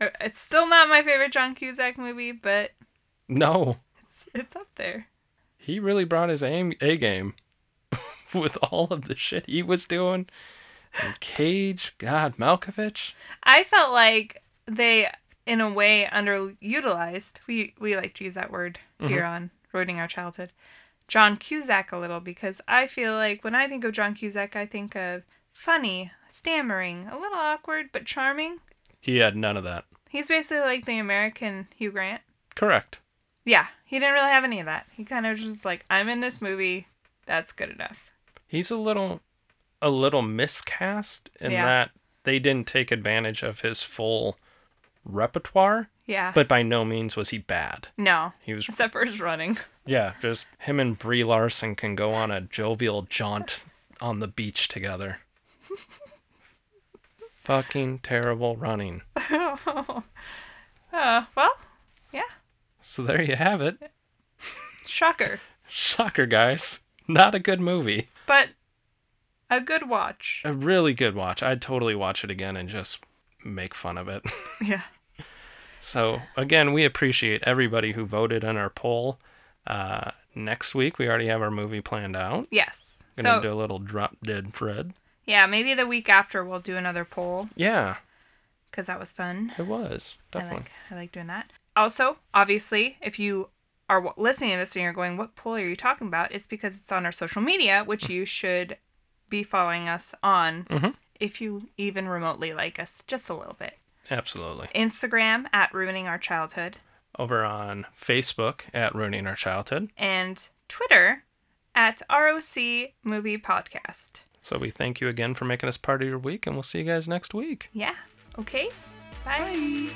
[SPEAKER 1] Uh, it's still not my favorite John Cusack movie, but
[SPEAKER 2] No,
[SPEAKER 1] it's it's up there.
[SPEAKER 2] he really brought his aim, A game <laughs> with all of the shit he was doing. And Cage, God, Malkovich.
[SPEAKER 1] I felt like they in a way underutilized. We we like to use that word here on ruining our childhood. John Cusack a little because I feel like when I think of John Cusack, I think of funny, stammering, a little awkward but charming.
[SPEAKER 2] He had none of that.
[SPEAKER 1] He's basically like the American Hugh Grant.
[SPEAKER 2] Correct.
[SPEAKER 1] Yeah, he didn't really have any of that. He kind of was just like, I'm in this movie, that's good enough.
[SPEAKER 2] He's a little a little miscast in
[SPEAKER 1] Yeah.
[SPEAKER 2] that they didn't take advantage of his full repertoire,
[SPEAKER 1] Yeah.
[SPEAKER 2] but by no means was he bad.
[SPEAKER 1] no,
[SPEAKER 2] He was
[SPEAKER 1] except for his running. <laughs>
[SPEAKER 2] yeah, just him and Brie Larson can go on a jovial jaunt on the beach together. Fucking terrible running.
[SPEAKER 1] oh, well, yeah.
[SPEAKER 2] So there you have it.
[SPEAKER 1] Shocker.
[SPEAKER 2] Shocker, guys. Not a good movie.
[SPEAKER 1] But a good
[SPEAKER 2] <laughs>
[SPEAKER 1] watch.
[SPEAKER 2] A really good watch. I'd totally watch it again and just make fun of it. <laughs>
[SPEAKER 1] Yeah.
[SPEAKER 2] So again, we appreciate everybody who voted on our poll. Uh, next week, we already have our movie planned out.
[SPEAKER 1] Yes.
[SPEAKER 2] Gonna
[SPEAKER 1] so,
[SPEAKER 2] do a little drop dead Fred.
[SPEAKER 1] yeah, maybe the week after we'll do another poll
[SPEAKER 2] Yeah,
[SPEAKER 1] because that was fun.
[SPEAKER 2] it was
[SPEAKER 1] I
[SPEAKER 2] definitely.
[SPEAKER 1] like I like doing that. Also, obviously, if you are w- listening to this and you're going, "What poll are you talking about?" It's because it's on our social media, which you should be following us on
[SPEAKER 2] Mm-hmm.
[SPEAKER 1] if you even remotely like us, just a little bit.
[SPEAKER 2] Absolutely.
[SPEAKER 1] Instagram at ruining our childhood
[SPEAKER 2] Over on Facebook at Ruining Our Childhood.
[SPEAKER 1] and Twitter at ROC Movie Podcast.
[SPEAKER 2] So we thank you again for making us part of your week, and we'll see you guys next week.
[SPEAKER 1] Yeah. Okay. Bye.